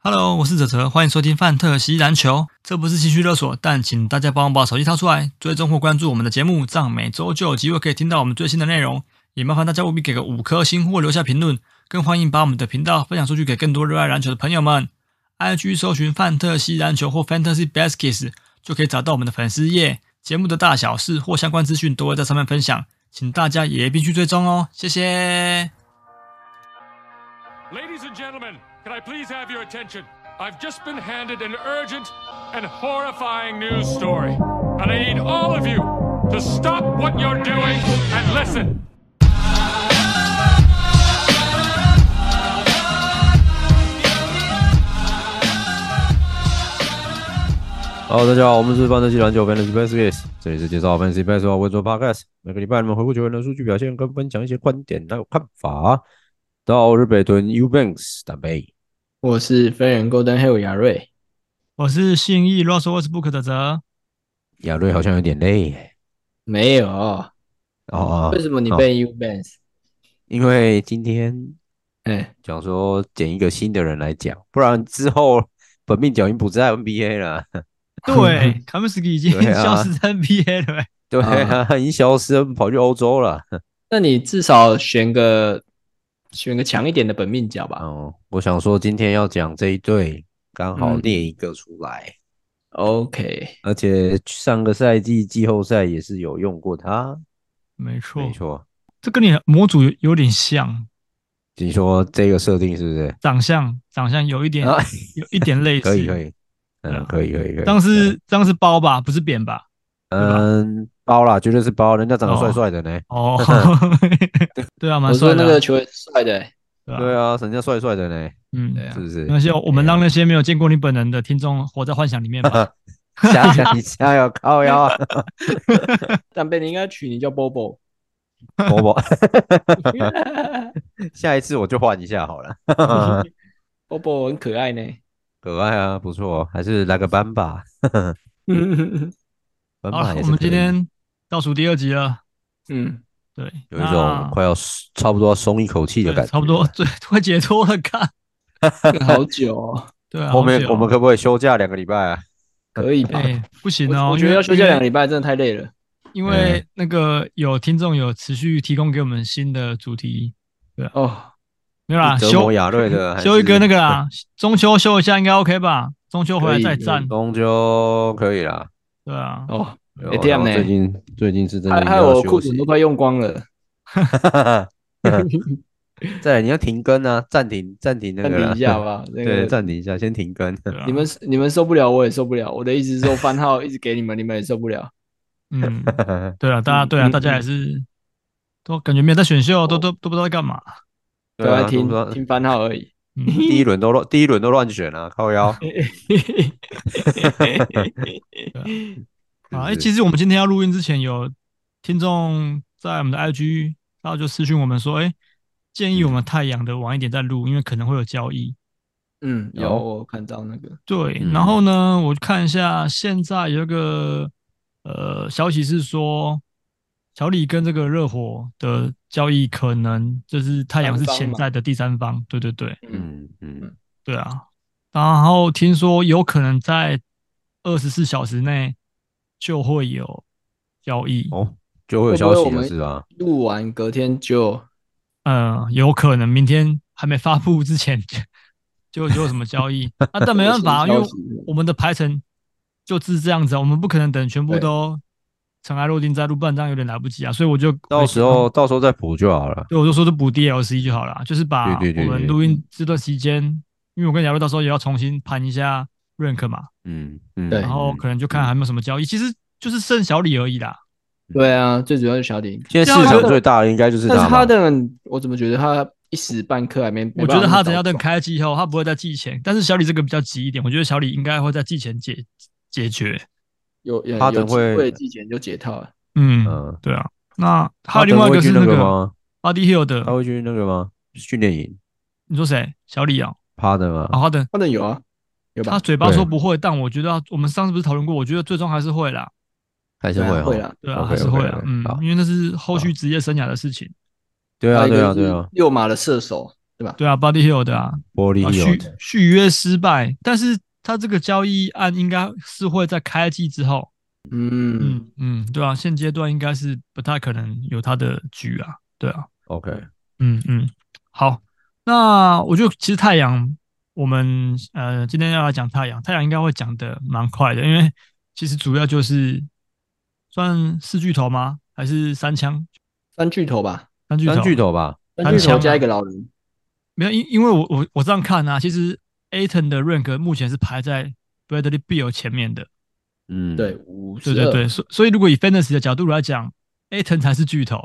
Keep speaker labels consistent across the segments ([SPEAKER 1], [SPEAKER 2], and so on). [SPEAKER 1] Hello，我是哲哲，欢迎收听《范特西篮球》。这不是情绪勒索，但请大家帮我把手机掏出来，追踪或关注我们的节目，这样每周就有机会可以听到我们最新的内容。也麻烦大家务必给个五颗星或留下评论，更欢迎把我们的频道分享出去给更多热爱篮球的朋友们。IG 搜寻“范特西篮球”或 “Fantasy Baskets” 就可以找到我们的粉丝页，节目的大小事或相关资讯都会在上面分享，请大家也必须追踪哦，谢谢。
[SPEAKER 2] Ladies and gentlemen, can I please have your attention? I've just been handed an urgent and horrifying news story. And I need all of you to stop what you're doing and listen.
[SPEAKER 3] 好，大家好，我们是范特西篮球 Fantasy Baskets，这里是介绍 Fantasy Basketball 温州 Podcast，每个礼拜我们回顾球员的数据表现跟分享一些观点还有看法。大家好，我是北屯 U Banks 大北。
[SPEAKER 4] 我是飞人 Golden Hill 亚瑞，
[SPEAKER 1] 我是信义 Russell Westbrook 的哲，
[SPEAKER 3] 亚瑞好像有点累
[SPEAKER 4] 没有，
[SPEAKER 3] 哦哦，
[SPEAKER 4] 为什么你
[SPEAKER 3] 哦
[SPEAKER 4] 被 U Bans？
[SPEAKER 3] 因为今天
[SPEAKER 4] 哎，
[SPEAKER 3] 想说捡一个新的人来讲，不然之后本命脚已经不在 NBA 了。
[SPEAKER 1] 对 k a m i s k i 已经
[SPEAKER 3] 对啊
[SPEAKER 1] 消失在 NBA 了、欸
[SPEAKER 3] 对啊，已经消失了，跑去欧洲了。
[SPEAKER 4] 那你至少选个选个强一点的本命角吧。
[SPEAKER 3] 嗯，我想说今天要讲这一对，刚好
[SPEAKER 4] 嗯
[SPEAKER 3] 列一个出来。
[SPEAKER 4] OK，
[SPEAKER 3] 而且上个赛季季后赛也是有用过他，
[SPEAKER 1] 没错，
[SPEAKER 3] 没错。
[SPEAKER 1] 这跟你的模组有有点像，
[SPEAKER 3] 你说这个设定是不是？
[SPEAKER 1] 长相长相有一点、
[SPEAKER 3] 啊，
[SPEAKER 1] 有一点类似。
[SPEAKER 3] 可以可以，
[SPEAKER 1] 对
[SPEAKER 3] 嗯
[SPEAKER 1] 啊，
[SPEAKER 3] 可以可以可以。
[SPEAKER 1] 当时当时包吧，不是扁吧？
[SPEAKER 3] 嗯，包啦，绝对是包，人家长得帅帅的呢。
[SPEAKER 1] 哦， 对啊，蛮
[SPEAKER 4] 我
[SPEAKER 1] 帅
[SPEAKER 4] 说
[SPEAKER 1] 的
[SPEAKER 4] 那
[SPEAKER 1] 啊、
[SPEAKER 4] 个球员是帅的、
[SPEAKER 1] 对啊，
[SPEAKER 3] 对啊，人家帅帅的呢，
[SPEAKER 1] 嗯，
[SPEAKER 4] 对啊
[SPEAKER 3] 是不是？
[SPEAKER 1] 那些我们让那些没有见过你本人的听众活在幻想里 面吧。
[SPEAKER 3] 想 想你加油靠腰啊，
[SPEAKER 4] 但被你应该取你叫 Bobo。
[SPEAKER 3] 伯伯，下一次我就换一下好了。
[SPEAKER 4] Bobo 很可爱呢。
[SPEAKER 3] 可爱啊，不错，还是来个斑吧，
[SPEAKER 4] 嗯
[SPEAKER 3] 斑
[SPEAKER 1] 好
[SPEAKER 3] 吧
[SPEAKER 1] 了，
[SPEAKER 3] 也
[SPEAKER 1] 我
[SPEAKER 3] 是
[SPEAKER 1] 们
[SPEAKER 3] 可
[SPEAKER 1] 今
[SPEAKER 3] 以
[SPEAKER 1] 天倒数第二集了，
[SPEAKER 4] 嗯，
[SPEAKER 1] 对，
[SPEAKER 3] 有一
[SPEAKER 1] 那
[SPEAKER 3] 种快要差不多要松一口气的
[SPEAKER 1] 对
[SPEAKER 3] 感觉，
[SPEAKER 1] 差不多。最快解脱了，看，
[SPEAKER 4] 好 久哦，
[SPEAKER 1] 对啊，
[SPEAKER 3] 后
[SPEAKER 1] 好
[SPEAKER 3] 面
[SPEAKER 1] 久
[SPEAKER 3] 我们可不可以休假两个礼拜啊？
[SPEAKER 4] 可以吧？
[SPEAKER 1] 哎不行
[SPEAKER 4] 我
[SPEAKER 1] 哦，
[SPEAKER 4] 我
[SPEAKER 1] 因
[SPEAKER 4] 觉得
[SPEAKER 1] 为
[SPEAKER 4] 要休假两个礼拜真的太累了。
[SPEAKER 1] 因为
[SPEAKER 3] 嗯
[SPEAKER 1] 那个有听众有持续提供给我们新的主题，
[SPEAKER 4] 哦，
[SPEAKER 1] 没有啦，
[SPEAKER 3] 是折
[SPEAKER 1] 休
[SPEAKER 3] 磨亚瑞 的，还
[SPEAKER 1] 休一个
[SPEAKER 3] 是
[SPEAKER 1] 那个啦，中秋休一下应该 OK 吧？中秋回来再战，
[SPEAKER 3] 终究可以啦。
[SPEAKER 1] 对啊，
[SPEAKER 4] 哦，
[SPEAKER 3] 有啊
[SPEAKER 4] 哎这样呢
[SPEAKER 3] 最近最近是真的
[SPEAKER 4] 害
[SPEAKER 3] 应该
[SPEAKER 4] 害
[SPEAKER 3] 要
[SPEAKER 4] 我
[SPEAKER 3] 休
[SPEAKER 4] 裤子
[SPEAKER 3] 息
[SPEAKER 4] 都。 快用光了。
[SPEAKER 3] 再来你要停更啊，暂停暂停那
[SPEAKER 4] 暂
[SPEAKER 3] 个
[SPEAKER 4] 停
[SPEAKER 3] 啦
[SPEAKER 4] 一下 好不好？那
[SPEAKER 3] 对，
[SPEAKER 4] 个
[SPEAKER 3] 暂停一下，先停 更。
[SPEAKER 1] 对啊
[SPEAKER 4] 你们你们受不了，我也受不了。我的意思是说，番号 一直给你们，你们也受不了。
[SPEAKER 1] 嗯，对啊，大家对啊，
[SPEAKER 4] 嗯
[SPEAKER 1] 大家也是都感觉没有在选秀，
[SPEAKER 3] 哦
[SPEAKER 1] 都都都不知道在干嘛。
[SPEAKER 4] 都
[SPEAKER 3] 对啊
[SPEAKER 4] 在听
[SPEAKER 3] 都不知道
[SPEAKER 4] 听番号而已。
[SPEAKER 1] 嗯，
[SPEAKER 3] 第一轮都 乱，第一轮都乱选啊，靠腰。
[SPEAKER 1] 啊，哎、
[SPEAKER 3] 是不是
[SPEAKER 1] 其实我们今天要录音之前，有听众在我们的 IG，然后就私讯我们说，哎、建议我
[SPEAKER 3] 嗯
[SPEAKER 1] 们太阳的晚一点再录，因为可能会有交易。
[SPEAKER 4] 嗯，有
[SPEAKER 3] 有
[SPEAKER 4] 我看到那个，
[SPEAKER 1] 对，
[SPEAKER 3] 嗯
[SPEAKER 1] 然后呢，我看一下，现在有一个呃消息是说，小李跟这个热火的交易可能就是太阳是
[SPEAKER 4] 三方
[SPEAKER 1] 潜
[SPEAKER 4] 嘛
[SPEAKER 1] 在的第三方，对对对
[SPEAKER 4] 嗯，
[SPEAKER 3] 嗯嗯，
[SPEAKER 1] 对啊。然后听说有可能在二十四小时内就会有交易，
[SPEAKER 3] 哦，就会有
[SPEAKER 4] 会不
[SPEAKER 3] 消
[SPEAKER 4] 会
[SPEAKER 3] 息了，
[SPEAKER 4] 我们
[SPEAKER 3] 是吧？
[SPEAKER 4] 录完隔天就
[SPEAKER 1] 嗯、有可能明天还没发布之前 就就有什么交易啊，但没办法，因
[SPEAKER 4] 有
[SPEAKER 1] 为
[SPEAKER 4] 新消息
[SPEAKER 1] 我们的排程就是这样子啊，我们不可能等全部
[SPEAKER 4] 对
[SPEAKER 1] 都尘埃落定再录，不然这样有点来不及啊。所以我就
[SPEAKER 3] 到时候到时候再补就好了。
[SPEAKER 1] 对我就说就补 DLC 就好了啊，就是把
[SPEAKER 3] 对对对
[SPEAKER 1] 我们
[SPEAKER 3] 对
[SPEAKER 1] 录音这段时间，因为我跟雅瑞到时候也要重新盘一下 rank 嘛，
[SPEAKER 3] 嗯嗯，
[SPEAKER 4] 对
[SPEAKER 1] 然后可能就看还有没有什么交易，其实就是剩小李而已啦。
[SPEAKER 4] 对啊，最主要是小李，
[SPEAKER 3] 现在市场最大的应该就是
[SPEAKER 4] 但是
[SPEAKER 3] 吧
[SPEAKER 4] 哈登，我怎么觉得他一时半刻还没？没
[SPEAKER 1] 我觉得
[SPEAKER 4] 办法
[SPEAKER 1] 他等要等
[SPEAKER 4] 找
[SPEAKER 1] 开季以后，他不会再季前，但是小李这个比较急一点，我觉得小李应该会在季前解解决。
[SPEAKER 4] 有有
[SPEAKER 3] 哈登
[SPEAKER 4] 有机
[SPEAKER 3] 会
[SPEAKER 4] 会季前就解套了。
[SPEAKER 1] 嗯，
[SPEAKER 3] 嗯
[SPEAKER 1] 对啊。那还有
[SPEAKER 3] 哈
[SPEAKER 1] 另
[SPEAKER 3] 登
[SPEAKER 1] 外一
[SPEAKER 3] 会
[SPEAKER 1] 个
[SPEAKER 3] 去
[SPEAKER 1] 是
[SPEAKER 3] 那
[SPEAKER 1] 个啊
[SPEAKER 3] 吗？
[SPEAKER 1] Buddy Hill 的
[SPEAKER 3] 他，会去那个吗？训练营
[SPEAKER 1] 你说谁？小李啊，
[SPEAKER 3] 趴的吗？
[SPEAKER 1] 好好的，
[SPEAKER 4] 哈登有啊，有
[SPEAKER 1] 他
[SPEAKER 4] 吧？
[SPEAKER 1] 嘴巴说
[SPEAKER 3] 对
[SPEAKER 1] 不会，但我觉得他我们上次不是讨论过，我觉得最终还是会啦，
[SPEAKER 3] 还是
[SPEAKER 4] 对啊
[SPEAKER 3] 会
[SPEAKER 4] 会
[SPEAKER 3] 哈
[SPEAKER 4] 啦？
[SPEAKER 1] 对啊，
[SPEAKER 3] OK，
[SPEAKER 1] 还是会啊
[SPEAKER 3] OK，OK，
[SPEAKER 1] 嗯
[SPEAKER 3] 好，
[SPEAKER 1] 因为那是后续职业生涯的事情。
[SPEAKER 3] 对
[SPEAKER 4] 还
[SPEAKER 3] 啊
[SPEAKER 4] 有一
[SPEAKER 3] 对啊
[SPEAKER 4] 个
[SPEAKER 3] 对
[SPEAKER 4] 是
[SPEAKER 3] 啊，
[SPEAKER 4] 六马的射手，对吧？
[SPEAKER 1] 对啊，Body Hill 的啊，
[SPEAKER 3] 玻璃
[SPEAKER 1] 啊
[SPEAKER 3] 有
[SPEAKER 1] 续续约失败，但是他这个交易案应该是会在开季之后，
[SPEAKER 4] 嗯，
[SPEAKER 1] 嗯嗯，对啊，现阶段应该是不太可能有他的局啊，对啊，
[SPEAKER 3] OK，
[SPEAKER 1] 嗯嗯，好，那我觉得其实太阳，我们呃今天要来讲太阳，太阳应该会讲的蛮快的，因为其实主要就是算四巨头吗？还是三枪？
[SPEAKER 4] 三巨头吧，
[SPEAKER 1] 三巨头？
[SPEAKER 3] 三巨头吧，
[SPEAKER 4] 三
[SPEAKER 1] 三
[SPEAKER 4] 巨头
[SPEAKER 1] 强啊
[SPEAKER 4] 加一个老
[SPEAKER 3] 嗯
[SPEAKER 4] 人，
[SPEAKER 1] 没有，因因为我我我这样看啊，其实 Aton 的 rank 目前是排在 Bradley Beal 前面的，
[SPEAKER 3] 嗯，
[SPEAKER 4] 对，，五十
[SPEAKER 1] 对对
[SPEAKER 4] 二，
[SPEAKER 1] 对，所所以如果以 Fantasy 的角度来讲，Aton 才是巨 头，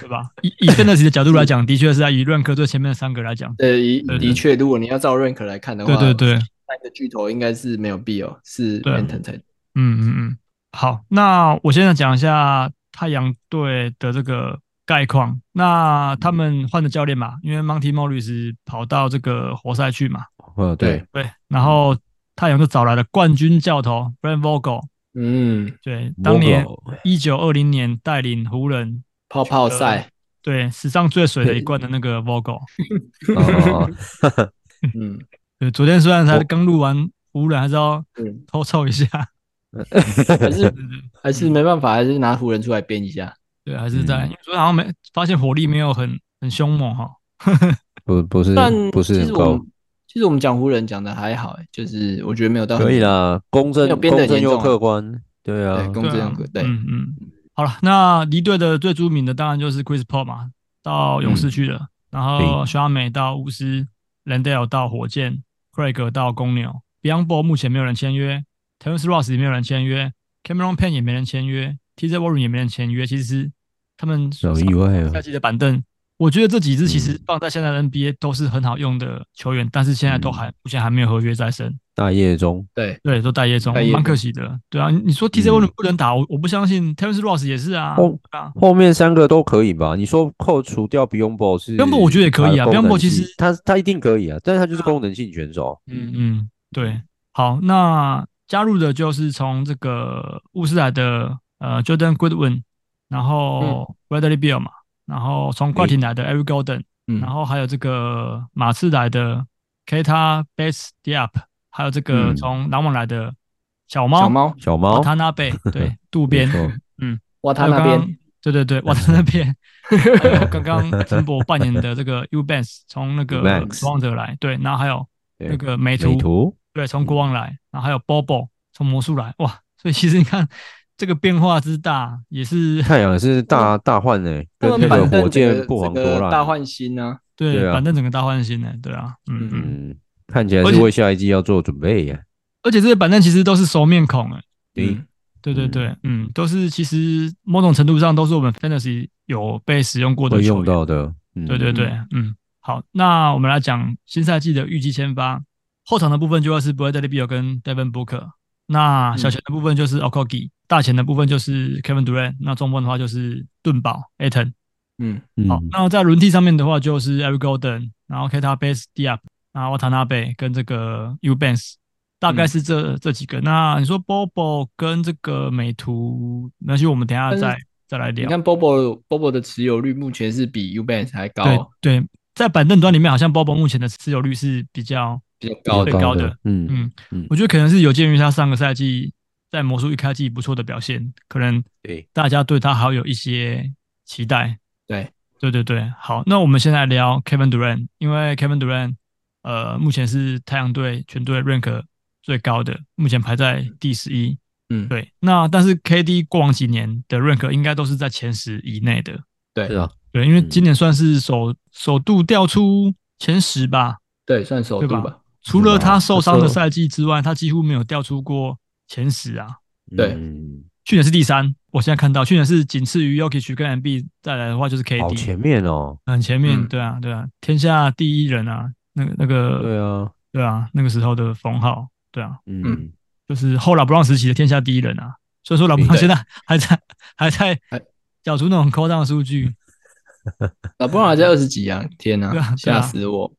[SPEAKER 1] 对吧？以以 Fantasy 的角度来讲，的确是啊，以 rank 最前面的三个来 讲，
[SPEAKER 4] 呃，一
[SPEAKER 1] 对对
[SPEAKER 4] 的确，如果你要照 rank 来看的话，
[SPEAKER 1] 对对对，
[SPEAKER 4] 三个巨头应该是没有必要，是
[SPEAKER 1] 对
[SPEAKER 4] Anton 才
[SPEAKER 1] 嗯嗯嗯，好，那我现在讲一下太阳队的这个概况。那他们换的教练嘛，因为 Monty Morris 跑到这个活塞去嘛，
[SPEAKER 3] 呃，对，
[SPEAKER 1] 对，然后太阳就找来了冠军教头 Brad Vogel，
[SPEAKER 4] 嗯，
[SPEAKER 1] 对，当年
[SPEAKER 3] Vogel
[SPEAKER 1] 一九二零年带领湖人，
[SPEAKER 4] 泡泡
[SPEAKER 1] 啊
[SPEAKER 4] 赛，
[SPEAKER 1] 对，史上最水的一冠的那个 Vogel。
[SPEAKER 3] 啊，
[SPEAKER 4] 嗯
[SPEAKER 1] 对，昨天虽然才刚录完湖人，还是要
[SPEAKER 4] 嗯，
[SPEAKER 1] 偷凑一下，
[SPEAKER 4] 还
[SPEAKER 1] 对
[SPEAKER 4] 是
[SPEAKER 1] 对
[SPEAKER 4] 还是没办法，还是拿湖人出来编一下，
[SPEAKER 1] 对，还是在，
[SPEAKER 3] 嗯
[SPEAKER 1] 因为昨天好像没发现火力没有很很凶猛哈。
[SPEAKER 3] 不不是
[SPEAKER 4] 但
[SPEAKER 3] 不是
[SPEAKER 4] 其
[SPEAKER 3] 很
[SPEAKER 4] 实我
[SPEAKER 3] 够
[SPEAKER 4] 们，其实我们讲湖人讲的还好，欸就是我觉得没有到很
[SPEAKER 3] 可以，啦，公正
[SPEAKER 4] 呃没有
[SPEAKER 3] 公
[SPEAKER 4] 编得
[SPEAKER 3] 正
[SPEAKER 4] 严重
[SPEAKER 3] 又
[SPEAKER 4] 啊
[SPEAKER 3] 客观，对啊
[SPEAKER 4] 对，，公
[SPEAKER 1] 对啊
[SPEAKER 4] 正样对，
[SPEAKER 1] 嗯嗯，好了，那离队的最著名的当然就是 Chris Paul 嘛，到勇士去了，然后
[SPEAKER 3] 嗯对
[SPEAKER 1] 小美到巫师，Landale 到火箭，Craig 到公牛，Beyond 目前没有人签约，Terrence Ross 也没有人签约，Cameron Payne 也没人签约，TJ Warren 也没人签约，其实他们
[SPEAKER 3] 有意外啊
[SPEAKER 1] 下，季的板凳。我觉得这几支其实
[SPEAKER 3] 嗯
[SPEAKER 1] 放在现在的 NBA 都是很好用的球员，但是现在都还目前还没有合约在身。
[SPEAKER 3] 大夜中，
[SPEAKER 4] 对，
[SPEAKER 1] 对，都待业中
[SPEAKER 4] 待，业
[SPEAKER 1] 蛮
[SPEAKER 4] 中
[SPEAKER 1] 可惜的。对啊，你你说 TJ
[SPEAKER 3] 嗯
[SPEAKER 1] w a r r 不能打，我我不相信 Terrence Ross 也是啊。
[SPEAKER 3] 哦
[SPEAKER 1] 对啊，
[SPEAKER 3] 后面三个都可以吧？你说扣除掉 Biombo 是
[SPEAKER 1] Biyombo 我觉得也可以啊
[SPEAKER 3] 它的功能
[SPEAKER 1] Biyombo 其
[SPEAKER 3] 性
[SPEAKER 1] 实
[SPEAKER 3] 他他一定可以啊，但是他就是功能性选手，啊
[SPEAKER 4] 嗯
[SPEAKER 1] 嗯，对。好，那加入的就是从这个乌斯来的呃 Jordan Goodwin，然后 Bradley Beal 嘛，然后从快艇来的 Eric Golden，、
[SPEAKER 4] 嗯
[SPEAKER 1] 然后还有这个马刺来的 Kata Bass Diop，还有这个
[SPEAKER 3] 嗯
[SPEAKER 1] 从篮网来的小猫
[SPEAKER 4] 小猫，
[SPEAKER 3] 小猫
[SPEAKER 1] 哦他那贝，对，渡边
[SPEAKER 3] 没。错
[SPEAKER 4] 哇，他
[SPEAKER 1] 还有
[SPEAKER 4] 那
[SPEAKER 1] 刚
[SPEAKER 4] 边
[SPEAKER 1] 刚，对对对，我在那边。还有刚刚陈博扮演的这个 U Banks 从那个
[SPEAKER 3] Eubanks
[SPEAKER 1] 国王者来，对，然后还有
[SPEAKER 3] 对
[SPEAKER 1] 那个美
[SPEAKER 3] 美
[SPEAKER 1] 图，
[SPEAKER 3] 图
[SPEAKER 1] 对，从国王来，然后还有 Bobo 从魔术来，哇，所以其实你看这个变化之大，也 是
[SPEAKER 3] 太阳是大大换呢，
[SPEAKER 4] 他
[SPEAKER 3] 跟
[SPEAKER 4] 们
[SPEAKER 3] 那
[SPEAKER 4] 板
[SPEAKER 3] 个
[SPEAKER 4] 凳
[SPEAKER 3] 火
[SPEAKER 4] 整
[SPEAKER 3] 箭
[SPEAKER 4] 个
[SPEAKER 3] 不遑
[SPEAKER 4] 整个
[SPEAKER 3] 多让，
[SPEAKER 4] 大换新啊，
[SPEAKER 1] 对
[SPEAKER 3] 对啊
[SPEAKER 1] 反正整个大换新呢，对啊，嗯嗯，
[SPEAKER 3] 嗯，看起来
[SPEAKER 1] 而
[SPEAKER 3] 是
[SPEAKER 1] 且
[SPEAKER 3] 为下一季要做准备呀，
[SPEAKER 1] 而且这些板凳其实都是熟面孔哎，
[SPEAKER 3] 对
[SPEAKER 4] 嗯
[SPEAKER 1] 对对对，嗯，都是其实某种程度上都是我们 Fantasy 有被使用过的
[SPEAKER 3] 会
[SPEAKER 1] 球
[SPEAKER 3] 用
[SPEAKER 1] 员，
[SPEAKER 3] 到的，嗯
[SPEAKER 1] 对对对，嗯，好，那我们来讲新赛季的预计签发，后场的部分就要是 Bradley Beal 跟 Devin Booker，那
[SPEAKER 3] 嗯
[SPEAKER 1] 小前的部分就是 Okogie，大前的部分就是 Kevin Durant，那中锋的话就是盾宝 Aton。
[SPEAKER 4] 嗯
[SPEAKER 3] 嗯
[SPEAKER 1] 好，那在轮替上面的话就是 Eric Golden，然后 Kata Base Diop，然后 Watanabe 跟这个 u b a n s 大概是这、
[SPEAKER 3] 嗯
[SPEAKER 1] 这几个。那你说 Bobo 跟这个美图，那就我们等一下
[SPEAKER 4] 但是
[SPEAKER 1] 再再来
[SPEAKER 4] 你
[SPEAKER 1] 聊。
[SPEAKER 4] 看 Bobo Bobo 的持有率目前是比 U Banks 还高，
[SPEAKER 1] 对对，在板凳端里面，好像 Bobo 目前的持有率是比较，
[SPEAKER 4] 比较
[SPEAKER 3] 高
[SPEAKER 4] 高
[SPEAKER 1] 对
[SPEAKER 4] 的，
[SPEAKER 1] 高的
[SPEAKER 3] 的，嗯，
[SPEAKER 1] 嗯，
[SPEAKER 3] 嗯
[SPEAKER 1] 我觉得可能是有鉴于他上个赛季在魔术一开季不错的表现，可能
[SPEAKER 3] 对，
[SPEAKER 1] 大家对他还有一些期待。
[SPEAKER 4] 对，
[SPEAKER 1] 对对对，好，那我们先来聊 Kevin Durant，因为 Kevin Durant 呃目前是太阳队全队 rank 最高的，目前排在第十一。
[SPEAKER 4] 嗯，
[SPEAKER 1] 对，那但是 KD 过往几年的 rank 应该都是在前十以内的。
[SPEAKER 4] 对
[SPEAKER 3] 是啊，
[SPEAKER 1] 对，因为
[SPEAKER 3] 嗯
[SPEAKER 1] 今年算是首首度调出前十吧，
[SPEAKER 4] 对，算首
[SPEAKER 1] 对
[SPEAKER 4] 度
[SPEAKER 1] 吧
[SPEAKER 4] 吧，
[SPEAKER 1] 除了他受伤的
[SPEAKER 3] 是吧
[SPEAKER 1] 赛季之外，他几乎没有掉出过前十啊。
[SPEAKER 4] 对
[SPEAKER 3] 嗯
[SPEAKER 1] 去年是第三，我现在看到去年是仅次于 Yokich 跟 MB，再来的话就是
[SPEAKER 3] 好
[SPEAKER 1] KD，
[SPEAKER 3] 前面哦，
[SPEAKER 1] 很前面，
[SPEAKER 4] 嗯
[SPEAKER 1] 对啊，对啊，天下第一人啊，那个那个，
[SPEAKER 3] 对啊，
[SPEAKER 1] 对啊，那个时候的封号，对啊，
[SPEAKER 3] 嗯，
[SPEAKER 1] 就是后老布朗时期的天下第一人啊。所以说老布朗
[SPEAKER 4] 对
[SPEAKER 1] 现在还在还在
[SPEAKER 3] 哎
[SPEAKER 4] 还
[SPEAKER 1] 缴出那种扣档数
[SPEAKER 3] 嗯
[SPEAKER 1] 据，
[SPEAKER 4] 老布朗还在二十几啊，天哪
[SPEAKER 1] 对啊，对啊
[SPEAKER 4] 吓死我！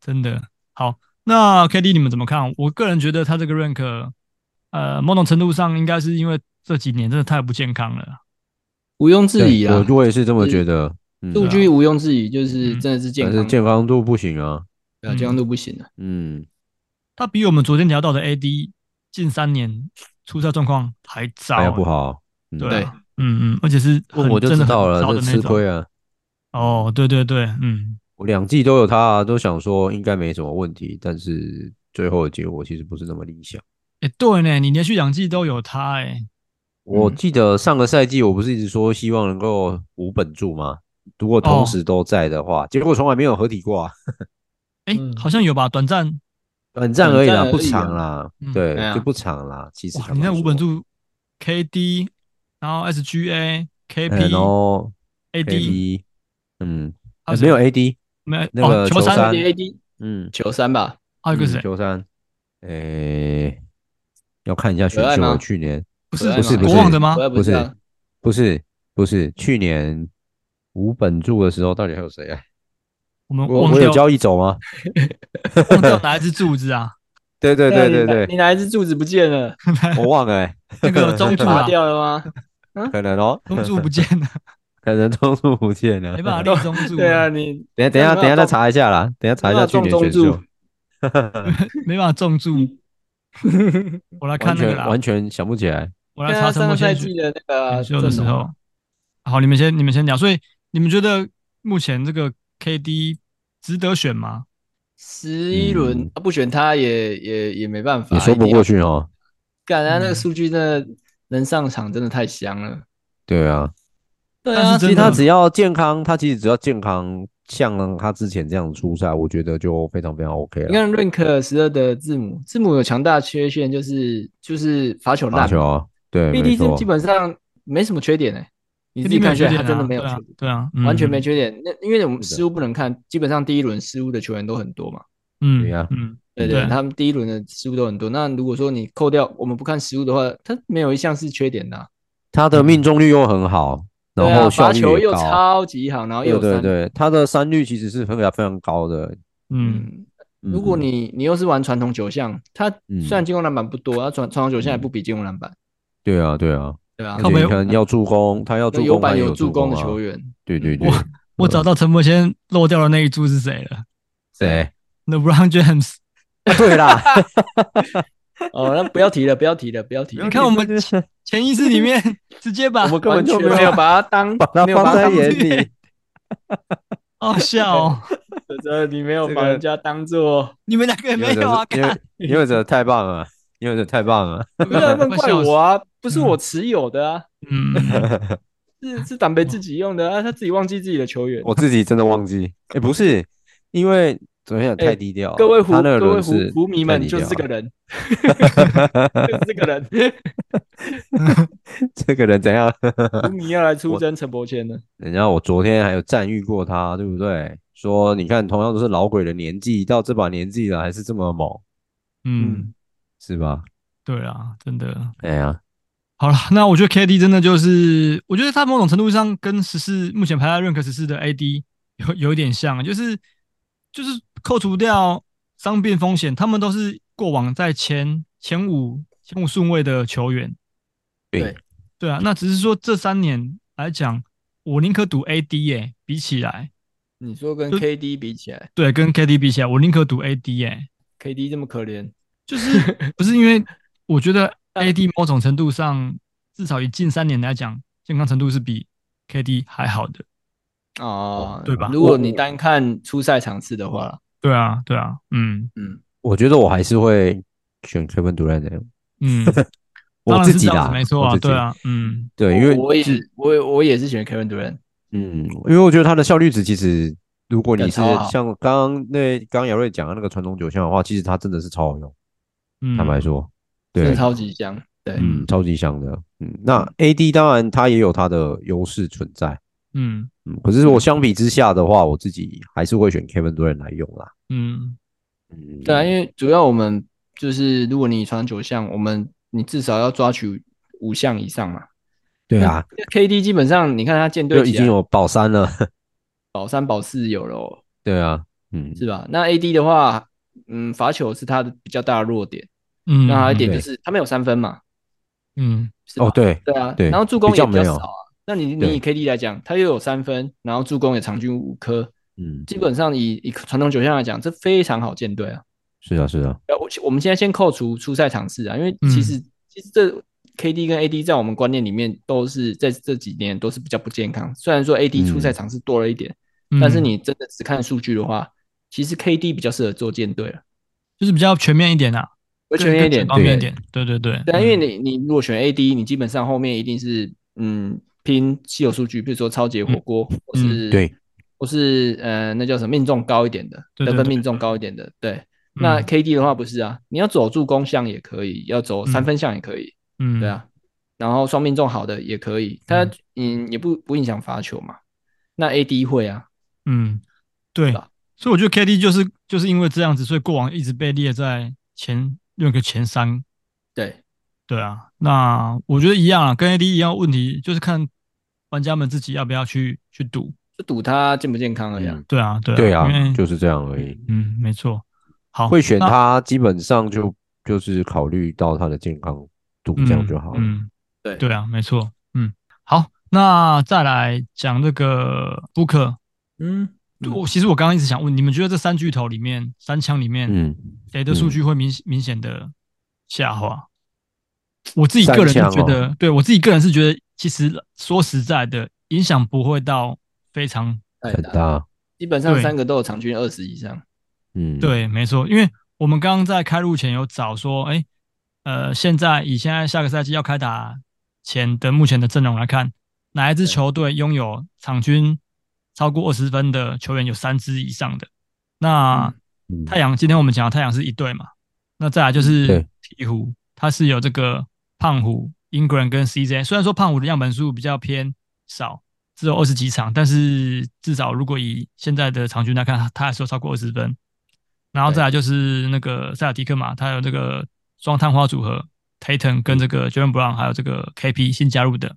[SPEAKER 1] 真的好。那 KD 你们怎么看？我个人觉得他这个 rank，呃，某种程度上应该是因为这几年真的太不健康了。啊
[SPEAKER 4] 毋庸置疑啊
[SPEAKER 3] 对
[SPEAKER 4] 啦，
[SPEAKER 3] 我我也是这么觉得，嗯
[SPEAKER 4] 数据毋庸置疑，就是
[SPEAKER 1] 嗯
[SPEAKER 4] 真的是健
[SPEAKER 3] 但
[SPEAKER 4] 康
[SPEAKER 3] 是
[SPEAKER 4] 度，
[SPEAKER 3] 健康度不行啊。
[SPEAKER 4] 对啊健康度不行了。
[SPEAKER 3] 嗯，
[SPEAKER 1] 他比我们昨天聊到的 AD 近三年出赛状况还糟、
[SPEAKER 3] 还
[SPEAKER 1] 欸，
[SPEAKER 3] 要不好。嗯
[SPEAKER 1] 对啊、
[SPEAKER 4] 对
[SPEAKER 1] 嗯嗯，而且是
[SPEAKER 3] 问
[SPEAKER 1] 很
[SPEAKER 3] 我就
[SPEAKER 1] 真
[SPEAKER 3] 知
[SPEAKER 1] 的很
[SPEAKER 3] 道了，
[SPEAKER 1] 糟的
[SPEAKER 3] 这
[SPEAKER 1] 那
[SPEAKER 3] 吃
[SPEAKER 1] 种。
[SPEAKER 3] 亏啊。
[SPEAKER 1] 哦，对对对，嗯，
[SPEAKER 3] 我两季都有他、啊，都想说应该没什么问题，但是最后的结果其实不是那么理想。
[SPEAKER 1] 哎、对呢，你连续两季都有他、欸，哎，
[SPEAKER 3] 我记得上个赛季我不是一直说希望能够五本柱吗？如果
[SPEAKER 1] 哦
[SPEAKER 3] 同时都在的话，结果从来没有合体过、啊，
[SPEAKER 1] 哎、
[SPEAKER 4] 嗯
[SPEAKER 1] 好像有吧？短暂，
[SPEAKER 3] 短暂而已啦，
[SPEAKER 4] 短暂而已啊
[SPEAKER 3] 不长啦，
[SPEAKER 1] 嗯
[SPEAKER 3] 对，
[SPEAKER 4] 对啊
[SPEAKER 3] 就不长啦。其实
[SPEAKER 1] 哇，
[SPEAKER 3] 坦
[SPEAKER 1] 你
[SPEAKER 3] 白
[SPEAKER 1] 那
[SPEAKER 3] 说
[SPEAKER 1] 五本，柱 KD，然后 SGA、
[SPEAKER 3] 哎
[SPEAKER 1] KP、
[SPEAKER 3] 然后
[SPEAKER 1] AD，
[SPEAKER 3] AD，嗯，
[SPEAKER 1] 还有
[SPEAKER 3] 哎
[SPEAKER 1] 谁
[SPEAKER 3] 没有 AD，
[SPEAKER 1] 没有
[SPEAKER 3] 那个嗯
[SPEAKER 1] 哦，球
[SPEAKER 3] 球
[SPEAKER 1] 三
[SPEAKER 3] 三，
[SPEAKER 4] AD AD
[SPEAKER 3] 嗯，
[SPEAKER 4] 球三吧，
[SPEAKER 1] 还有一个是谁？
[SPEAKER 3] 九三，诶，要看一下选
[SPEAKER 4] 可爱
[SPEAKER 3] 秀
[SPEAKER 4] 吗
[SPEAKER 3] 了，去年
[SPEAKER 1] 不
[SPEAKER 4] 可
[SPEAKER 1] 是
[SPEAKER 4] 爱
[SPEAKER 3] 不是不
[SPEAKER 4] 吗
[SPEAKER 3] 是
[SPEAKER 1] 国王的吗
[SPEAKER 4] 我？也
[SPEAKER 3] 不
[SPEAKER 4] 不知道
[SPEAKER 3] 是不是不是去年五本柱的时候，到底还有谁啊？
[SPEAKER 1] 我们
[SPEAKER 3] 我
[SPEAKER 1] 忘
[SPEAKER 3] 我有
[SPEAKER 1] 掉
[SPEAKER 3] 交易走吗？
[SPEAKER 1] 忘掉哪一只柱子 啊？
[SPEAKER 3] 对对对对
[SPEAKER 4] 你
[SPEAKER 3] 对，
[SPEAKER 4] 哪一只柱子不 见了？
[SPEAKER 3] 我忘了、欸，
[SPEAKER 1] 那个中柱
[SPEAKER 4] 拔
[SPEAKER 1] 啊，
[SPEAKER 4] 掉了吗？
[SPEAKER 3] 可能哦，
[SPEAKER 1] 中柱不见了，
[SPEAKER 3] 可能中途不见了。
[SPEAKER 1] 没办法立中柱，
[SPEAKER 4] 对啊，，你
[SPEAKER 3] 等一下等一下
[SPEAKER 4] 没办法
[SPEAKER 3] 等一下再
[SPEAKER 4] 中
[SPEAKER 3] 查一下啦，等一下查一下去
[SPEAKER 4] 撞
[SPEAKER 3] 年
[SPEAKER 4] 中
[SPEAKER 3] 选
[SPEAKER 4] 柱
[SPEAKER 3] 秀，，
[SPEAKER 1] 没办法中柱。我来看
[SPEAKER 3] 完
[SPEAKER 1] 那个
[SPEAKER 3] 全
[SPEAKER 1] 啦，
[SPEAKER 3] 完全想不起来。
[SPEAKER 1] 我来
[SPEAKER 4] 看
[SPEAKER 1] 查
[SPEAKER 4] 他
[SPEAKER 1] 陈
[SPEAKER 4] 啊上
[SPEAKER 1] 柏
[SPEAKER 4] 个赛
[SPEAKER 1] 轩
[SPEAKER 4] 季的那个啊
[SPEAKER 1] 选秀的时
[SPEAKER 4] 阵容
[SPEAKER 1] 候。好，你们先你们先聊。所以你们觉得目前这个 KD 值得选吗？
[SPEAKER 4] 十一轮
[SPEAKER 3] 嗯
[SPEAKER 4] 啊不选他也也也没办法，
[SPEAKER 3] 也说不过去哦。
[SPEAKER 4] 感啊，那
[SPEAKER 1] 嗯
[SPEAKER 4] 个数据真的能上场真的太香了。
[SPEAKER 3] 对啊，
[SPEAKER 4] 对
[SPEAKER 1] 但是
[SPEAKER 4] 啊，
[SPEAKER 1] 真
[SPEAKER 3] 其实
[SPEAKER 1] 的
[SPEAKER 3] 他只要健康，他其实只要健康，像他之前这样出赛，我觉得就非常非常 OK
[SPEAKER 4] 你
[SPEAKER 3] 了。
[SPEAKER 4] 看 Rank 十二的字母，字母有强大的缺陷就是就是罚球
[SPEAKER 3] 打
[SPEAKER 4] 烂
[SPEAKER 3] 球啊，对，没
[SPEAKER 4] BD
[SPEAKER 3] 错
[SPEAKER 4] 是基，本上没什么缺点哎、你自己
[SPEAKER 1] 没有
[SPEAKER 4] 看起
[SPEAKER 1] 缺
[SPEAKER 4] 来
[SPEAKER 1] 点
[SPEAKER 4] 他
[SPEAKER 1] 啊，
[SPEAKER 4] 真的没有
[SPEAKER 1] 对
[SPEAKER 4] 缺
[SPEAKER 1] 啊
[SPEAKER 4] 点，，
[SPEAKER 1] 对啊，嗯
[SPEAKER 4] 完全没，缺点。那因为我们
[SPEAKER 3] 是的
[SPEAKER 4] 失误不能看，基本上第一轮失误的球员都很多嘛。
[SPEAKER 1] 嗯
[SPEAKER 3] 对啊
[SPEAKER 1] 嗯，
[SPEAKER 4] 对
[SPEAKER 1] 对
[SPEAKER 4] 对，他们第一轮的失误都很多。那如果说你扣掉我们不看失误的话，他没有一项是缺点的啊、
[SPEAKER 3] 他的命中率又很好，
[SPEAKER 4] 对啊
[SPEAKER 3] 然后效
[SPEAKER 4] 罚
[SPEAKER 3] 率
[SPEAKER 4] 球
[SPEAKER 3] 也
[SPEAKER 4] 又
[SPEAKER 3] 高，
[SPEAKER 4] 超级好，然后又
[SPEAKER 3] 对
[SPEAKER 4] 有
[SPEAKER 3] 对
[SPEAKER 4] 三
[SPEAKER 3] 对，他的三率其实是非常非常高的。
[SPEAKER 1] 嗯，
[SPEAKER 4] 嗯，如果
[SPEAKER 3] 嗯
[SPEAKER 4] 你你又是玩传统九项，他
[SPEAKER 3] 嗯
[SPEAKER 4] 虽然进攻篮板不多，他啊传传统九项也不比进攻篮板，
[SPEAKER 3] 对啊对啊，
[SPEAKER 4] 对吧
[SPEAKER 3] 而
[SPEAKER 1] 靠？
[SPEAKER 3] 且
[SPEAKER 1] 背
[SPEAKER 3] 你看要助攻，他要
[SPEAKER 4] 那
[SPEAKER 3] 助
[SPEAKER 4] 有
[SPEAKER 3] 攻还
[SPEAKER 4] 板有
[SPEAKER 3] 助
[SPEAKER 4] 助攻的
[SPEAKER 3] 啊
[SPEAKER 4] 球，员，
[SPEAKER 3] 对对对
[SPEAKER 1] 我，我找到陈柏轩漏掉的那一株是谁了
[SPEAKER 3] 谁？
[SPEAKER 1] ？LeBron James。
[SPEAKER 3] 啊对 啦，
[SPEAKER 4] 哦，那不要提了，不要提了，不要提了
[SPEAKER 1] 你。 看我们潜意识里面直接把
[SPEAKER 3] 我们根本就
[SPEAKER 4] 完全
[SPEAKER 3] 没
[SPEAKER 4] 没
[SPEAKER 3] 有
[SPEAKER 4] 有把它当，
[SPEAKER 3] 把他
[SPEAKER 4] 没有把
[SPEAKER 3] 放在
[SPEAKER 4] 它当
[SPEAKER 3] 眼里。
[SPEAKER 1] 好笑哦，
[SPEAKER 4] 这你没有
[SPEAKER 3] 这
[SPEAKER 4] 把
[SPEAKER 3] 个
[SPEAKER 4] 人家当 做，
[SPEAKER 1] 你们两个也没有啊？
[SPEAKER 3] 因为因为这太棒了，因为这太棒了。
[SPEAKER 4] 不要 问怪我
[SPEAKER 1] 啊！
[SPEAKER 4] 啊，不是我持有的啊，
[SPEAKER 1] 嗯，嗯
[SPEAKER 4] 是是党培自己用的啊，他自己忘记自己的球员。
[SPEAKER 3] 我自己真的忘记， 哎、不是，因为昨天也太低调了、
[SPEAKER 4] 哎各位湖
[SPEAKER 3] 他那个
[SPEAKER 4] 各位
[SPEAKER 3] 轮
[SPEAKER 4] 湖
[SPEAKER 3] 是
[SPEAKER 4] 湖迷
[SPEAKER 3] 太
[SPEAKER 4] 们
[SPEAKER 3] 低
[SPEAKER 4] 就是这
[SPEAKER 3] 调
[SPEAKER 4] 个
[SPEAKER 3] 了
[SPEAKER 4] 人，就是这个人，
[SPEAKER 3] 这个人怎样？
[SPEAKER 4] 湖迷要来出征陈柏谦了。
[SPEAKER 3] 人家我昨天还有赞誉过他，对不对？说你看，同样都是老鬼的年纪，到这把年纪了还是这么猛，
[SPEAKER 1] 嗯，
[SPEAKER 3] 是吧？
[SPEAKER 1] 对啊，真的。
[SPEAKER 3] 哎呀，
[SPEAKER 1] 好了，那我觉得 KD 真的就是，我觉得他某种程度上跟十四目前排在 rank 十四的 AD 有有一点像，就是就是扣除掉伤病风险，他们都是过往在前前五前五顺位的球员。
[SPEAKER 3] 对
[SPEAKER 4] 对，
[SPEAKER 1] 对啊，那只是说这三年来讲，我宁可赌 AD 耶、比起来，
[SPEAKER 4] 你说跟
[SPEAKER 1] 就
[SPEAKER 4] KD 比起来
[SPEAKER 1] 对，跟 KD 比起来，我宁可赌 AD 耶、
[SPEAKER 4] ，KD 这么可怜，
[SPEAKER 1] 就是不是因为我觉得 AD 某种程度上，至少以近三年来讲，健康程度是比 KD 还好的。
[SPEAKER 4] 哦，
[SPEAKER 1] 对吧
[SPEAKER 4] 如果你单看出赛场次的话啦，
[SPEAKER 1] 对啊，对啊，嗯
[SPEAKER 4] 嗯，
[SPEAKER 3] 我觉得我还是会选 Kevin Durant，的
[SPEAKER 1] 嗯，当
[SPEAKER 3] 我
[SPEAKER 1] 然
[SPEAKER 3] 自
[SPEAKER 1] 是
[SPEAKER 3] 己
[SPEAKER 1] 这样
[SPEAKER 3] 啦，
[SPEAKER 1] 子没错
[SPEAKER 3] 我
[SPEAKER 1] 啊，
[SPEAKER 3] 自己
[SPEAKER 1] 对，啊，嗯
[SPEAKER 3] 对，因为
[SPEAKER 4] 我也我也我也是喜欢 Kevin Durant，
[SPEAKER 3] 嗯，因为我觉得他的效率值其实，如果你
[SPEAKER 4] 对
[SPEAKER 3] 是
[SPEAKER 4] 超好
[SPEAKER 3] 像刚刚那刚刚姚瑞讲的那个传统九项的话，其实他真的是超好用。
[SPEAKER 1] 嗯，
[SPEAKER 3] 坦白说，
[SPEAKER 4] 真
[SPEAKER 3] 对
[SPEAKER 4] 的，超级香，对，
[SPEAKER 3] 嗯，超级香的。嗯，那 AD 当然它也有它的优势存在，
[SPEAKER 1] 嗯
[SPEAKER 3] 嗯，可是我相比之下的话，我自己还是会选 Kevin Durant 来用啦。
[SPEAKER 1] 嗯
[SPEAKER 3] 嗯，
[SPEAKER 4] 对啊，因为主要我们就是如果你传九项，我们你至少要抓取五项以上嘛。
[SPEAKER 3] 对啊，
[SPEAKER 4] 那 KD 基本上你看他舰队
[SPEAKER 3] 就已
[SPEAKER 4] 起来
[SPEAKER 3] 经有保三了。
[SPEAKER 4] 保啊三保四有了、哦，
[SPEAKER 3] 对啊，嗯，
[SPEAKER 4] 是吧？那 AD 的话，嗯，罚球是他的比较大的弱点，
[SPEAKER 1] 嗯，
[SPEAKER 4] 那他一点
[SPEAKER 3] 对
[SPEAKER 4] 就是他没有三分嘛，
[SPEAKER 1] 嗯
[SPEAKER 4] 是吧？
[SPEAKER 3] 哦，对，
[SPEAKER 4] 对啊，
[SPEAKER 3] 对
[SPEAKER 4] 然后助攻
[SPEAKER 3] 比较
[SPEAKER 4] 也比较
[SPEAKER 3] 没有
[SPEAKER 4] 少啊，那你
[SPEAKER 3] 对
[SPEAKER 4] 你以 KD 来讲，他又有三分，然后助攻也场均五颗，
[SPEAKER 3] 嗯，
[SPEAKER 4] 基本上以以传统九项来讲，这非常好建队啊。
[SPEAKER 3] 是啊，是啊，
[SPEAKER 4] 呃，我我们现在先扣除初赛场次啊，因为
[SPEAKER 1] 嗯
[SPEAKER 4] 其实、其实这 KD 跟 AD 在我们观念里面都是在这几年都是比较不健康。虽然说 AD 初赛场次多了一点，
[SPEAKER 1] 嗯
[SPEAKER 4] 但是你真的只看数据的话，其实 KD 比较适合做舰队了，
[SPEAKER 1] 就是比较全面一点啊，
[SPEAKER 4] 会全面一点。
[SPEAKER 1] 更方面一
[SPEAKER 4] 对
[SPEAKER 1] 点，嗯对对对。
[SPEAKER 4] 对啊，因为你你如果选 AD，你基本上后面一定是嗯拼稀有数据，比如说超级火锅，
[SPEAKER 1] 嗯
[SPEAKER 4] 或是、
[SPEAKER 3] 对，
[SPEAKER 1] 啊
[SPEAKER 4] 或是呃那叫什么命中高一点的，
[SPEAKER 1] 对对
[SPEAKER 4] 得分
[SPEAKER 1] 对
[SPEAKER 4] 命中高一点的，对。
[SPEAKER 1] 嗯
[SPEAKER 4] 那 KD 的话不是啊，你要走助攻项也可以，要走三分项也可以，
[SPEAKER 1] 嗯，
[SPEAKER 4] 对
[SPEAKER 1] 对，
[SPEAKER 4] 啊，然后双命中好的也可以，他嗯也不不影响罚球嘛。那 AD 会啊，
[SPEAKER 1] 嗯，对
[SPEAKER 4] 对吧。
[SPEAKER 1] 所以我觉得 KD 就是就是因为这样子，所以过往一直被列在前那个前三。
[SPEAKER 4] 对
[SPEAKER 1] 对啊，那我觉得一样啊，跟 AD 一样，问题就是看玩家们自己要不要去去赌。
[SPEAKER 4] 就赌他健不健康而已、啊。
[SPEAKER 3] 嗯
[SPEAKER 1] 对啊，对啊，
[SPEAKER 3] 对啊
[SPEAKER 1] 因为，
[SPEAKER 3] 就是这样而已。
[SPEAKER 1] 嗯，没错。好，
[SPEAKER 3] 会选
[SPEAKER 1] 哦那
[SPEAKER 3] 他，基本上就就是考虑到他的健康度，这样就好了。
[SPEAKER 1] 嗯，
[SPEAKER 4] 对
[SPEAKER 1] 对啊，没错。嗯，好，那再来讲这个 Booker。
[SPEAKER 4] 嗯，
[SPEAKER 1] 就我其实我刚刚一直想问，你们觉得这三巨头里面，三枪里面，
[SPEAKER 3] 嗯，
[SPEAKER 1] 谁的数据会明明显的下滑？我自己个人是
[SPEAKER 3] 三
[SPEAKER 1] 觉
[SPEAKER 3] 强哦
[SPEAKER 1] 得，对我自己个人是觉得，其实说实在的，影响不会到非常
[SPEAKER 4] 太
[SPEAKER 3] 很
[SPEAKER 4] 大了，
[SPEAKER 3] 大，
[SPEAKER 4] 基本上
[SPEAKER 1] 对
[SPEAKER 4] 三个都有场均二十以上。
[SPEAKER 3] 嗯，，
[SPEAKER 1] 对，没错，因为我们刚刚在开录前有找说，哎、呃，现在以现在下个赛季要开打前的目前的阵容来看，哪一支球队拥有场均超过二十分的球员有三支以上的？那
[SPEAKER 3] 嗯
[SPEAKER 1] 太阳，今天我们讲的太阳是一队嘛，那再来就是
[SPEAKER 3] 对
[SPEAKER 1] 鹈鹕，它是有这个胖虎、Ingram 跟 CJ，虽然说胖虎的样本数比较偏少。只有二十几场，但是至少如果以现在的场均来看，他他还是有超过二十分。然后再来就是那个塞尔提克嘛，他有这个双探花组合 Tatum 跟这个 j a r e n Brown，还有这个 KP 新加入的。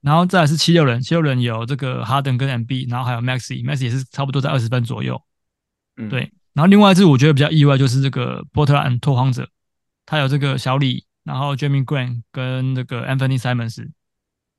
[SPEAKER 1] 然后再来是七六人，七六人有这个哈登跟 MB，然后还有 Maxi，Maxi 也是差不多在二十分左右。
[SPEAKER 4] 嗯，
[SPEAKER 1] 对，然后另外一支我觉得比较意外就是这个波特兰拓荒者，他有这个小李，然后 Jamie Grant 跟这个 Anthony Simons，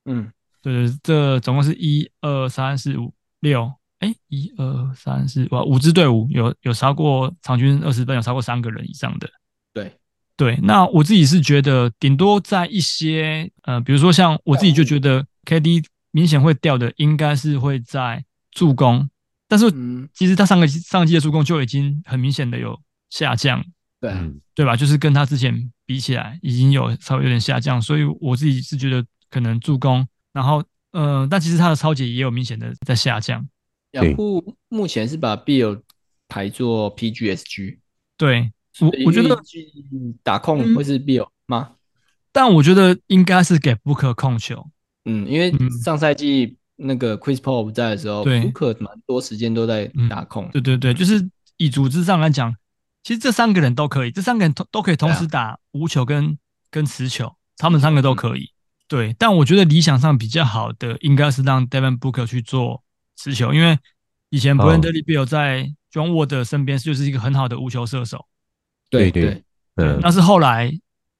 [SPEAKER 4] 嗯，
[SPEAKER 1] 对对，这总共是一二三四五六，哎，一二三四哇，五支队伍有有超过场均二十分，有超过三个人以上的。
[SPEAKER 4] 对，
[SPEAKER 1] 对，那我自己是觉得，顶多在一些呃，比如说像我自己就觉得 KD 明显会掉的，应该是会在助攻，但是
[SPEAKER 4] 嗯，
[SPEAKER 1] 其实他上个上季的助攻就已经很明显的有下降，
[SPEAKER 4] 对啊，
[SPEAKER 3] 嗯，
[SPEAKER 1] 对吧？就是跟他之前比起来，已经有稍微有点下降，所以我自己是觉得可能助攻，然后呃，但其实他的超级也有明显的在下降。
[SPEAKER 4] 雅虎目前是把 Bill 排做 PGSG，
[SPEAKER 1] 对我
[SPEAKER 4] 所以
[SPEAKER 1] 我觉得嗯
[SPEAKER 4] 预，计打控会是 Bill 吗？
[SPEAKER 1] 但我觉得应该是给 Booker 控球，
[SPEAKER 4] 嗯，因为
[SPEAKER 1] 嗯
[SPEAKER 4] 上赛季那个 Chris Paul 不在的时候
[SPEAKER 1] 对
[SPEAKER 4] ，Booker 蛮多时间都在
[SPEAKER 1] 嗯
[SPEAKER 4] 打控。
[SPEAKER 1] 对对对，就是以组织上来讲，其实这三个人都可以，这三个人都都可以同时
[SPEAKER 4] 对
[SPEAKER 1] 打无球跟跟持球，他们三个都可以。对，但我觉得理想上比较好的应该是让 Devin Booker 去做持球，因为以前
[SPEAKER 3] 哦
[SPEAKER 1] Brandon Bill 在 John Wall 的身边就是一个很好的无球射手，
[SPEAKER 4] 对
[SPEAKER 3] 对对嗯，
[SPEAKER 1] 但是后来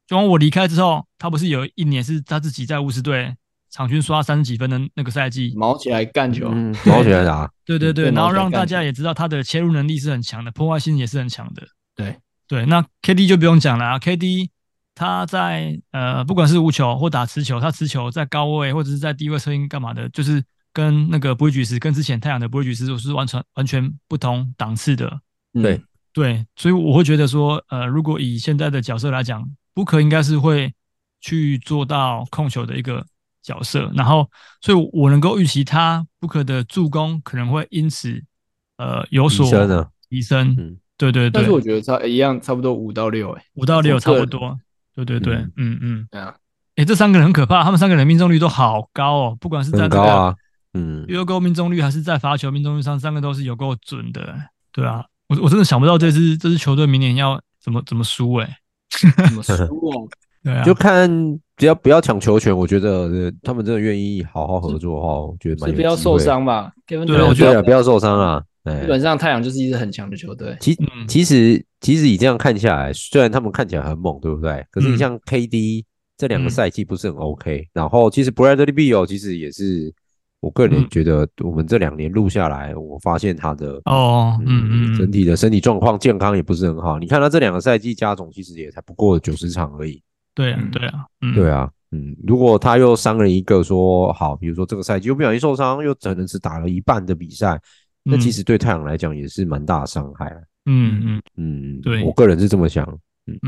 [SPEAKER 1] John Wall 离开之后，他不是有一年是他自己在巫师队场均刷三十几分的那个赛季，
[SPEAKER 4] 毛起来干球，
[SPEAKER 3] 嗯，毛起来打，
[SPEAKER 1] 对对对，
[SPEAKER 4] 对
[SPEAKER 1] 然后
[SPEAKER 4] 毛
[SPEAKER 1] 让
[SPEAKER 4] 感
[SPEAKER 1] 大
[SPEAKER 4] 感
[SPEAKER 1] 家
[SPEAKER 4] 觉
[SPEAKER 1] 也知道他的切入能力是很强的，破坏性也是很强的。
[SPEAKER 4] 对
[SPEAKER 1] 对，那 KD 就不用讲了啊，KD 他在呃不管是无球或打持球，他持球在高位或者是在低位策应干嘛的，就是跟那个布里举斯跟之前太阳的布里举斯是完全完全不同档次的。
[SPEAKER 4] 嗯
[SPEAKER 3] 对
[SPEAKER 1] 对，所以我会觉得说，呃，如果以现在的角色来讲，布克应该是会去做到控球的一个角色，然后，所以我能够预期他布克的助攻可能会因此，呃，有所
[SPEAKER 3] 提升啊，
[SPEAKER 1] 提升
[SPEAKER 3] 嗯
[SPEAKER 1] 对对
[SPEAKER 4] 但
[SPEAKER 1] 对
[SPEAKER 4] 是，我觉得差一样，差不多五到六，哎，
[SPEAKER 1] 五到六
[SPEAKER 4] 我
[SPEAKER 1] 差
[SPEAKER 4] 个
[SPEAKER 1] 不
[SPEAKER 4] 人
[SPEAKER 1] 多。对对对，
[SPEAKER 3] 嗯
[SPEAKER 1] 嗯嗯，
[SPEAKER 4] 对啊，
[SPEAKER 1] 诶，这三个人很可怕，他们三个人命中率都好高哦，不管是在
[SPEAKER 3] 很
[SPEAKER 1] 这
[SPEAKER 3] 高
[SPEAKER 1] 个
[SPEAKER 3] 啊，嗯，
[SPEAKER 1] 丢勾命中率还是在罚球命中率上，三个都是有够准的。对啊，我我真的想不到这支这支球队明年要怎么怎么输诶。
[SPEAKER 4] 怎么输哦？
[SPEAKER 1] 对啊，
[SPEAKER 3] 就看只要不要抢球权，我觉得呃他们真的愿意好好合作的话，我觉得蛮
[SPEAKER 4] 是
[SPEAKER 3] 有
[SPEAKER 4] 不要
[SPEAKER 3] 机
[SPEAKER 4] 受
[SPEAKER 3] 会，
[SPEAKER 4] 伤吧？Kevin
[SPEAKER 1] 对啊
[SPEAKER 4] Durant
[SPEAKER 1] 我
[SPEAKER 3] 我
[SPEAKER 1] 觉
[SPEAKER 3] 觉
[SPEAKER 1] 得
[SPEAKER 3] 得不要受伤啊，
[SPEAKER 4] 基
[SPEAKER 3] 哎，
[SPEAKER 4] 本上太阳就是一支很强的球队，
[SPEAKER 3] 其
[SPEAKER 1] 嗯
[SPEAKER 3] 其实其实你这样看起来，虽然他们看起来很猛，对不对？可是
[SPEAKER 1] 嗯
[SPEAKER 3] 你像 KD 这两个
[SPEAKER 1] 嗯
[SPEAKER 3] 赛季不是很 OK、然后其实 Bradley Beal 其实也是我个人
[SPEAKER 1] 嗯
[SPEAKER 3] 觉得，我们这两年录下来，我发现他的
[SPEAKER 1] 哦，嗯嗯
[SPEAKER 3] 整
[SPEAKER 1] 嗯，
[SPEAKER 3] 体的身体状况健康也不是很好。你看他这两个赛季加总其实也才不过九十场而已。
[SPEAKER 1] 对啊
[SPEAKER 4] 嗯
[SPEAKER 1] 对啊，嗯
[SPEAKER 3] 对啊，嗯，如果他又伤了一个说好，比如说这个赛季又不小心受伤，又可能只打了一半的比赛，那
[SPEAKER 1] 嗯
[SPEAKER 3] 其实对太阳来讲也是蛮大的伤害啊。
[SPEAKER 1] 嗯嗯
[SPEAKER 3] 嗯，
[SPEAKER 1] 对
[SPEAKER 3] 我个人是这么想，
[SPEAKER 1] 嗯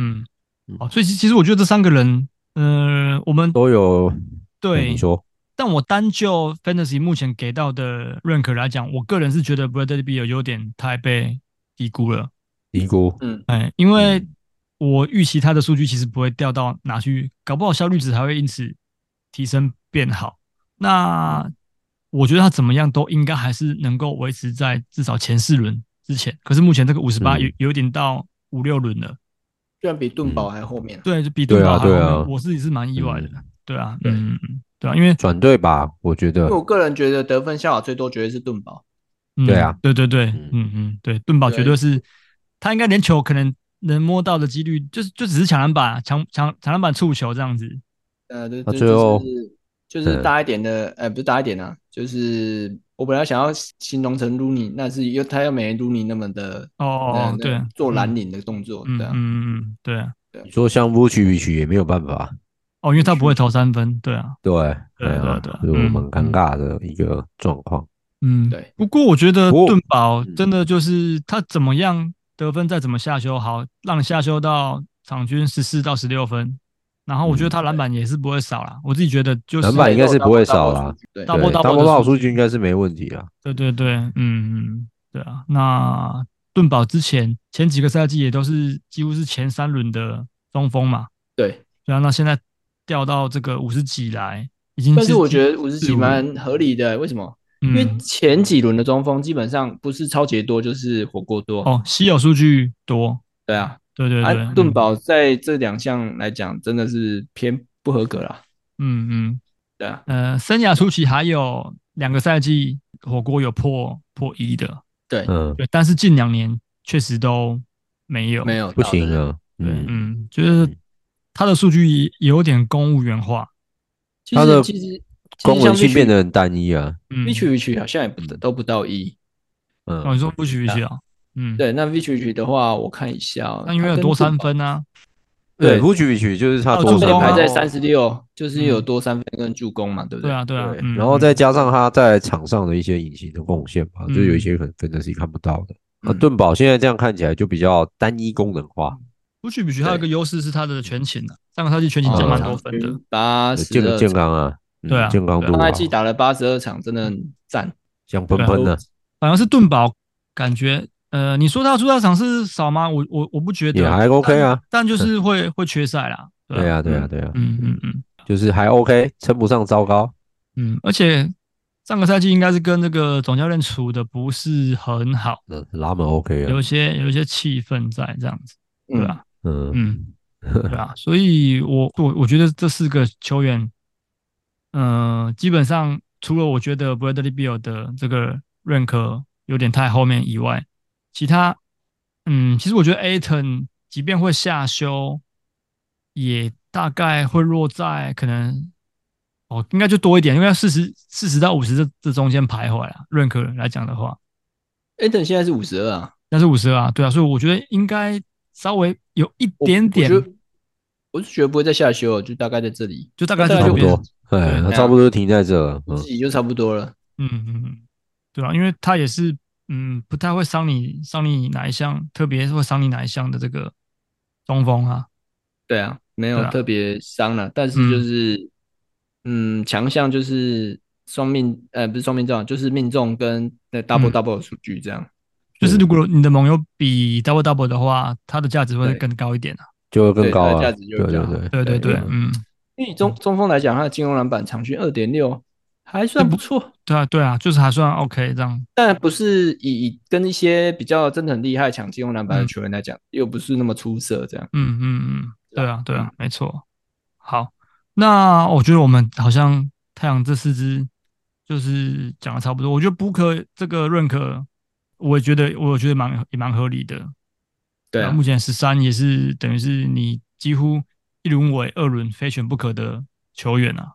[SPEAKER 3] 嗯，
[SPEAKER 1] 哦，所以其其实我觉得这三个人，呃，我们
[SPEAKER 3] 都有嗯
[SPEAKER 1] 对
[SPEAKER 3] 你，说，
[SPEAKER 1] 但我单就 Fantasy 目前给到的认可来讲，我个人是觉得 Bradley Beal 有点太被低估了。
[SPEAKER 3] 低估，
[SPEAKER 1] 哎，因为
[SPEAKER 3] 嗯
[SPEAKER 1] 我预期他的数据其实不会掉到哪去，搞不好效率值还会因此提升变好。那我觉得他怎么样都应该还是能够维持在至少前四轮之前。可是目前这个五十八
[SPEAKER 3] 嗯
[SPEAKER 1] 有有点到五六轮了，
[SPEAKER 4] 居然比盾
[SPEAKER 3] 嗯
[SPEAKER 4] 宝还后面。
[SPEAKER 1] 对，就比
[SPEAKER 3] 对
[SPEAKER 1] 杜
[SPEAKER 3] 啊
[SPEAKER 1] 巴还后
[SPEAKER 3] 对
[SPEAKER 1] 面
[SPEAKER 3] 啊
[SPEAKER 1] 我自己是蛮意外的
[SPEAKER 3] 嗯，
[SPEAKER 1] 对啊，
[SPEAKER 4] 对
[SPEAKER 1] 嗯，对啊，因为
[SPEAKER 3] 转队吧，我觉得
[SPEAKER 4] 因为，我个人觉得得分效果最多，绝对是盾宝。
[SPEAKER 1] 嗯
[SPEAKER 3] 对啊，
[SPEAKER 1] 对对对，
[SPEAKER 3] 嗯
[SPEAKER 1] 嗯嗯，对，盾宝绝对是他应该连球可能能摸到的几率，就是就只是抢篮板、抢抢抢篮板触球这样子，
[SPEAKER 4] 呃，对，
[SPEAKER 3] 那
[SPEAKER 4] 就
[SPEAKER 3] 啊最后
[SPEAKER 4] 就是就
[SPEAKER 3] 嗯
[SPEAKER 4] 是大一点的，呃，不是大一点啊，就是我本来想要形容成 Rooney，那是又他又没 Rooney 那么的
[SPEAKER 1] 哦
[SPEAKER 4] 呃那
[SPEAKER 1] 对
[SPEAKER 4] 做
[SPEAKER 1] 嗯
[SPEAKER 4] 蓝领的动作，
[SPEAKER 1] 嗯
[SPEAKER 4] 对啊，
[SPEAKER 1] 嗯嗯，对啊，
[SPEAKER 3] 你说像 v u c e 也没有办法，
[SPEAKER 1] 哦，因为他不会投三分，对啊，
[SPEAKER 3] 对，
[SPEAKER 1] 对
[SPEAKER 3] 哎呀
[SPEAKER 1] 对对
[SPEAKER 3] 就
[SPEAKER 1] 嗯
[SPEAKER 3] 蛮尴尬的一个状况。
[SPEAKER 1] 嗯，
[SPEAKER 4] 对。
[SPEAKER 1] 不过我觉得
[SPEAKER 3] 不过
[SPEAKER 1] 盾宝
[SPEAKER 3] 嗯
[SPEAKER 1] 真的就是他怎么样得分再怎么下修好，让你下修到场均十四到十六分，然后我觉得
[SPEAKER 3] 嗯
[SPEAKER 1] 他篮板也是不会少啦，我自己觉得就是
[SPEAKER 3] 篮板应该是不会少啦
[SPEAKER 4] 了，对，
[SPEAKER 1] Double double
[SPEAKER 3] 对
[SPEAKER 1] 的
[SPEAKER 3] ，double
[SPEAKER 1] 数
[SPEAKER 3] double
[SPEAKER 1] 据
[SPEAKER 3] 数据应该是没问题啊。
[SPEAKER 1] 对对对，嗯嗯，对啊。那盾宝之前前几个赛季也都是几乎是前三轮的中锋嘛，
[SPEAKER 4] 对，
[SPEAKER 1] 对啊。那现在掉到这个五十几来，已经
[SPEAKER 4] 但是
[SPEAKER 1] 是
[SPEAKER 4] 我觉得五十几
[SPEAKER 1] 五嗯
[SPEAKER 4] 蛮合理的，为什么？
[SPEAKER 1] 因
[SPEAKER 4] 因为前几轮的中锋基本上不是超级多就是火锅多，
[SPEAKER 1] 哦，稀有数据多，
[SPEAKER 4] 对啊，
[SPEAKER 1] 对对嗯对
[SPEAKER 4] 啊，，盾宝在这两项来讲真的是偏不合格啦，
[SPEAKER 1] 嗯，嗯
[SPEAKER 4] 对啊，
[SPEAKER 1] 嗯，呃，生涯初期还有两个赛季火锅有破破一的，
[SPEAKER 4] 对，
[SPEAKER 3] 嗯，
[SPEAKER 1] 对，但是近两年确实都没有，
[SPEAKER 4] 没有
[SPEAKER 3] 不
[SPEAKER 4] 到
[SPEAKER 3] 行
[SPEAKER 4] 的。
[SPEAKER 3] 啊。嗯，
[SPEAKER 1] 嗯，就是他的数据也有点公务员化，
[SPEAKER 4] 其
[SPEAKER 3] 他的
[SPEAKER 4] 实其实
[SPEAKER 3] 公文性变
[SPEAKER 4] 得
[SPEAKER 3] 得很单一啊。
[SPEAKER 1] 嗯，
[SPEAKER 4] V 区 V 区好像也不
[SPEAKER 3] 嗯
[SPEAKER 4] 都不到一，
[SPEAKER 1] 哦，
[SPEAKER 3] 嗯
[SPEAKER 1] 你，说不许不许啊？嗯，，
[SPEAKER 4] 对，那 V 区 V 区的话，我看一下哦，
[SPEAKER 1] 那因为
[SPEAKER 4] 它
[SPEAKER 1] 有
[SPEAKER 4] 跟
[SPEAKER 1] 多三
[SPEAKER 4] 杜
[SPEAKER 1] 分啊，
[SPEAKER 3] 对
[SPEAKER 4] 对
[SPEAKER 3] v u c e 就是他
[SPEAKER 1] 他有
[SPEAKER 3] 多
[SPEAKER 1] 助
[SPEAKER 3] 三
[SPEAKER 1] 攻
[SPEAKER 4] 排
[SPEAKER 1] 啊
[SPEAKER 4] 在
[SPEAKER 3] 分，
[SPEAKER 4] 三十六，就是有
[SPEAKER 1] 嗯
[SPEAKER 4] 多三分跟助攻嘛，对不
[SPEAKER 1] 对
[SPEAKER 4] 对？
[SPEAKER 1] 啊，对啊，
[SPEAKER 4] 对
[SPEAKER 1] 嗯，
[SPEAKER 3] 然后
[SPEAKER 1] 嗯
[SPEAKER 3] 再加上他在场上的一些隐形的贡献吧，就
[SPEAKER 1] 嗯
[SPEAKER 3] 有一些可能真的是看不到的。那
[SPEAKER 4] 嗯
[SPEAKER 3] 盾宝现在这样看起来就比较单一功能化，
[SPEAKER 1] 不许不许，还有一个
[SPEAKER 4] 对
[SPEAKER 1] 优势是他的全勤啊，上个赛季全勤
[SPEAKER 3] 哦
[SPEAKER 1] 加蛮
[SPEAKER 3] 场
[SPEAKER 1] 多分的，
[SPEAKER 4] 嗯八十
[SPEAKER 3] 呃健
[SPEAKER 4] 二
[SPEAKER 3] 健
[SPEAKER 4] 场，
[SPEAKER 3] 康啊，嗯
[SPEAKER 1] 对啊
[SPEAKER 3] 健康度
[SPEAKER 4] 上
[SPEAKER 3] 好
[SPEAKER 4] 赛季打了八十二场，真的很赞。
[SPEAKER 3] 香喷喷的，
[SPEAKER 1] 反而是盾宝感觉，呃，你说他出赛场是少吗？我我我不觉得，
[SPEAKER 3] 也还 OK 啊。
[SPEAKER 1] 但就是会会缺赛啦，
[SPEAKER 3] 对
[SPEAKER 1] 啊，
[SPEAKER 3] 啊，对啊，对啊，
[SPEAKER 1] 嗯嗯嗯
[SPEAKER 3] 就是还 OK，称不上糟糕。
[SPEAKER 1] 嗯，而且上个赛季应该是跟那个总教练处的不是很好，
[SPEAKER 3] 嗯，拉门 OK
[SPEAKER 1] 有
[SPEAKER 3] 啊
[SPEAKER 1] 一，些有一些气氛在这样子，对
[SPEAKER 4] 嗯
[SPEAKER 1] 吧？
[SPEAKER 3] 嗯，
[SPEAKER 1] 嗯， 对啊，所以我我我觉得这四个球员，嗯、基本上除了我觉得 Bradley Beal 的这个认可有点太后面以外，其他，嗯，其实我觉得 Aton 即便会下修，也大概会落在可能，哦，应该就多一点，应该四十四十到五十这这中间徘徊啊。认可来讲的话，
[SPEAKER 4] a d e n 现在是五十二啊，
[SPEAKER 1] 但是五十啊，对啊，所以我觉得应该稍微有一
[SPEAKER 4] 我
[SPEAKER 1] 点点
[SPEAKER 4] 我，觉得我是觉得不会再下修了，就大概在这里，
[SPEAKER 1] 就大概
[SPEAKER 4] 大
[SPEAKER 1] 这
[SPEAKER 4] 概
[SPEAKER 3] 差
[SPEAKER 1] 种
[SPEAKER 3] 不
[SPEAKER 1] 边
[SPEAKER 3] 多，哎，
[SPEAKER 1] 对
[SPEAKER 3] 那差不多就停在这了。嗯
[SPEAKER 4] 自，己就差不多了。
[SPEAKER 1] 嗯嗯嗯，对啊，因为他也是嗯不太会伤你伤你哪一项，特别是会伤你哪一项的这个中锋啊，
[SPEAKER 4] 对啊，没有
[SPEAKER 1] 对啊
[SPEAKER 4] 特别伤了，但
[SPEAKER 1] 嗯
[SPEAKER 4] 是就是，嗯，强项就是双命，呃，不是双命中，就是命中跟那 double
[SPEAKER 1] 嗯
[SPEAKER 4] double 的数据这样。
[SPEAKER 1] 就是如果你的盟友比 double double 的话，它的价值会
[SPEAKER 4] 对
[SPEAKER 1] 更高一点啊。
[SPEAKER 3] 就会更高
[SPEAKER 4] 对它
[SPEAKER 3] 啊，
[SPEAKER 4] 的价值
[SPEAKER 3] 对
[SPEAKER 4] 就会比较好
[SPEAKER 3] 对
[SPEAKER 1] 对对对，
[SPEAKER 3] 嗯
[SPEAKER 1] 嗯，
[SPEAKER 4] 因为以中中锋来讲，他的进攻篮板场均二点六，啊还算不错，
[SPEAKER 1] 对啊对啊，就是还算 OK 这样，
[SPEAKER 4] 但不是以以跟一些比较真的很厉害抢进攻篮
[SPEAKER 1] 嗯
[SPEAKER 4] 板的球员来讲，又不是那么出色这样。
[SPEAKER 1] 嗯嗯嗯，对啊对啊，没错。好，那我觉得我们好像太阳这四支就是讲的差不多，我觉得 Booker 这个认可，我也觉得我觉得蛮也蛮合理的，
[SPEAKER 4] 对
[SPEAKER 1] 那
[SPEAKER 4] 啊
[SPEAKER 1] 目，前十三也是等于是你几乎一轮为二轮非选不可的球员啊。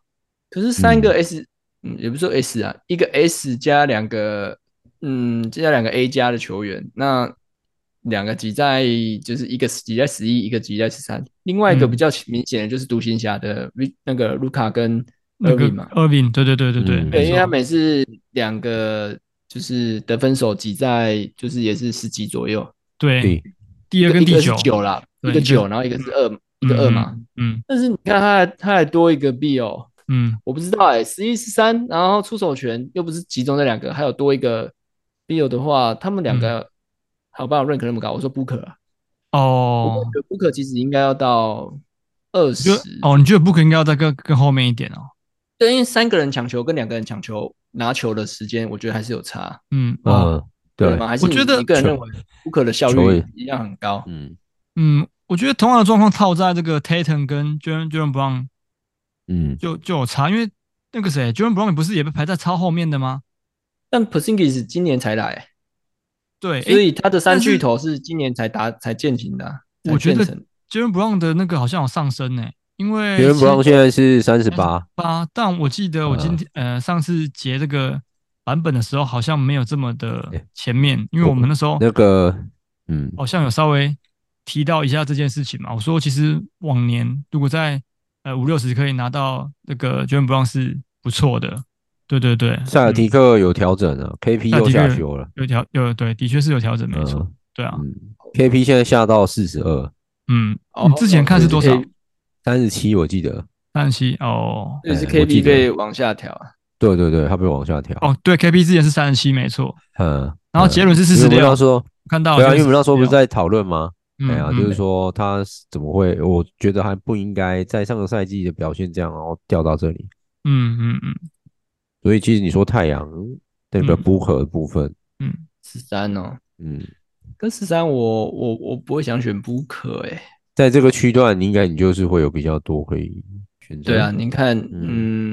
[SPEAKER 4] 可是三个 S，嗯也不是说 S 啊，一个 S 加两个，嗯，加两个 A 加的球员，那两个挤在就是一个挤在十一，一个挤在十三。另外一个
[SPEAKER 1] 嗯
[SPEAKER 4] 比较明显的就是独行侠的 V- 那个卢卡跟
[SPEAKER 1] 那个
[SPEAKER 4] Irving 嘛，
[SPEAKER 1] Irving，对对对对对，
[SPEAKER 3] 嗯
[SPEAKER 1] 没
[SPEAKER 4] 对，因为他
[SPEAKER 1] 错，
[SPEAKER 4] 每次两个就是得分手挤在就是也是十几左右，
[SPEAKER 1] 对
[SPEAKER 3] 对，
[SPEAKER 1] 第二跟
[SPEAKER 4] 一
[SPEAKER 1] 第
[SPEAKER 4] 个是
[SPEAKER 1] 九，
[SPEAKER 4] 九啦，
[SPEAKER 1] 对
[SPEAKER 4] 一个
[SPEAKER 1] 一个
[SPEAKER 4] 九，然后一个是二，一个
[SPEAKER 1] 嗯
[SPEAKER 4] 二嘛。，
[SPEAKER 1] 嗯
[SPEAKER 4] 但是你看他还他还多一个 B 哦，
[SPEAKER 1] 嗯
[SPEAKER 4] 我不知道哎、欸，十一十三，然后出手权又不是集中在两个，还有多一个 Bill 的话，他们两
[SPEAKER 1] 嗯
[SPEAKER 4] 个还有办法认可那么高？我说 Booker，、啊
[SPEAKER 1] 哦，
[SPEAKER 4] b o o k e r 其实应该要到二
[SPEAKER 1] 你
[SPEAKER 4] 十
[SPEAKER 1] 觉得哦，你觉得 Book 应该要再更更后面一点哦，
[SPEAKER 4] 对，因为三个人抢球跟两个人抢球拿球的时间，我觉得还是有差，
[SPEAKER 1] 嗯哦
[SPEAKER 3] 嗯，对，
[SPEAKER 4] 吗？还是
[SPEAKER 1] 我觉得
[SPEAKER 4] 你个人
[SPEAKER 3] 球
[SPEAKER 4] 认为 Booker 的效
[SPEAKER 3] 球
[SPEAKER 4] 率
[SPEAKER 3] 也
[SPEAKER 4] 一样很高？
[SPEAKER 3] 嗯
[SPEAKER 1] 嗯，我觉得同样的状况套在这个 Tatum 跟 j o r d a n j o r d a n Brown
[SPEAKER 3] 嗯，
[SPEAKER 1] 就就有差，因为那个谁 j o r d a n Brown 不是也被排在超后面的吗？
[SPEAKER 4] 但 Porzingis 今年才来，欸
[SPEAKER 1] 对，诶
[SPEAKER 4] 所以他的三
[SPEAKER 1] 哎但是
[SPEAKER 4] 巨头是今年才打才践行的啊、才
[SPEAKER 1] 我觉得
[SPEAKER 4] 建成
[SPEAKER 1] j o r d a n Brown 的那个好像有上升呢，因为
[SPEAKER 3] 杰伦布朗
[SPEAKER 1] 其实
[SPEAKER 3] 现在是三十八，
[SPEAKER 1] 八，但我记得我今天、
[SPEAKER 3] 嗯
[SPEAKER 1] 呃上次截这个版本的时候，好像没有这么的
[SPEAKER 3] 诶哦
[SPEAKER 1] 前面，因为我们那时候
[SPEAKER 3] 那个嗯
[SPEAKER 1] 好像有稍微提到一下这件事情嘛。我说其实往年如果在呃五六十可以拿到那个 j o r d a n Brown 是不错的，对对对，
[SPEAKER 3] 塞尔
[SPEAKER 1] 嗯
[SPEAKER 3] 提克有调整了，KP 又下修了，
[SPEAKER 1] 有调有对，的确是有调整，没错，
[SPEAKER 3] 嗯
[SPEAKER 1] 对啊，
[SPEAKER 3] 嗯，KP 现在下到四十二，
[SPEAKER 1] 嗯，
[SPEAKER 4] 哦
[SPEAKER 1] 你之前看是多少
[SPEAKER 4] 对？
[SPEAKER 3] 三十七我记得，
[SPEAKER 1] 三七哦
[SPEAKER 4] 这是
[SPEAKER 3] 哎我记得
[SPEAKER 4] KB 被往下调啊。
[SPEAKER 3] 对对对，他被往下调，
[SPEAKER 1] 哦，对，KP 之前是三十七，没错，
[SPEAKER 3] 嗯，
[SPEAKER 1] 然后杰伦是四
[SPEAKER 3] 因为
[SPEAKER 1] 十
[SPEAKER 3] 我们
[SPEAKER 1] 六
[SPEAKER 3] 那，时候
[SPEAKER 1] 看到
[SPEAKER 3] 对啊，
[SPEAKER 1] 了
[SPEAKER 3] 因为我们那时候不是
[SPEAKER 1] 46
[SPEAKER 3] 在讨论吗？
[SPEAKER 1] 嗯
[SPEAKER 3] 哎呀，
[SPEAKER 1] 嗯
[SPEAKER 3] 就是说他是怎么会？我觉得还不应该在上个赛季的表现这样，然后掉到这里。
[SPEAKER 1] 嗯嗯嗯
[SPEAKER 3] 所以其实你说太阳那个
[SPEAKER 1] 嗯
[SPEAKER 3] 补可的部分，
[SPEAKER 1] 嗯，
[SPEAKER 4] 十三哦，
[SPEAKER 3] 嗯，
[SPEAKER 4] 跟十三我我我不会想选 Booker 哎、
[SPEAKER 3] 在这个区段，你应该你就是会有比较多可以选择。
[SPEAKER 4] 对啊，你看，
[SPEAKER 3] 嗯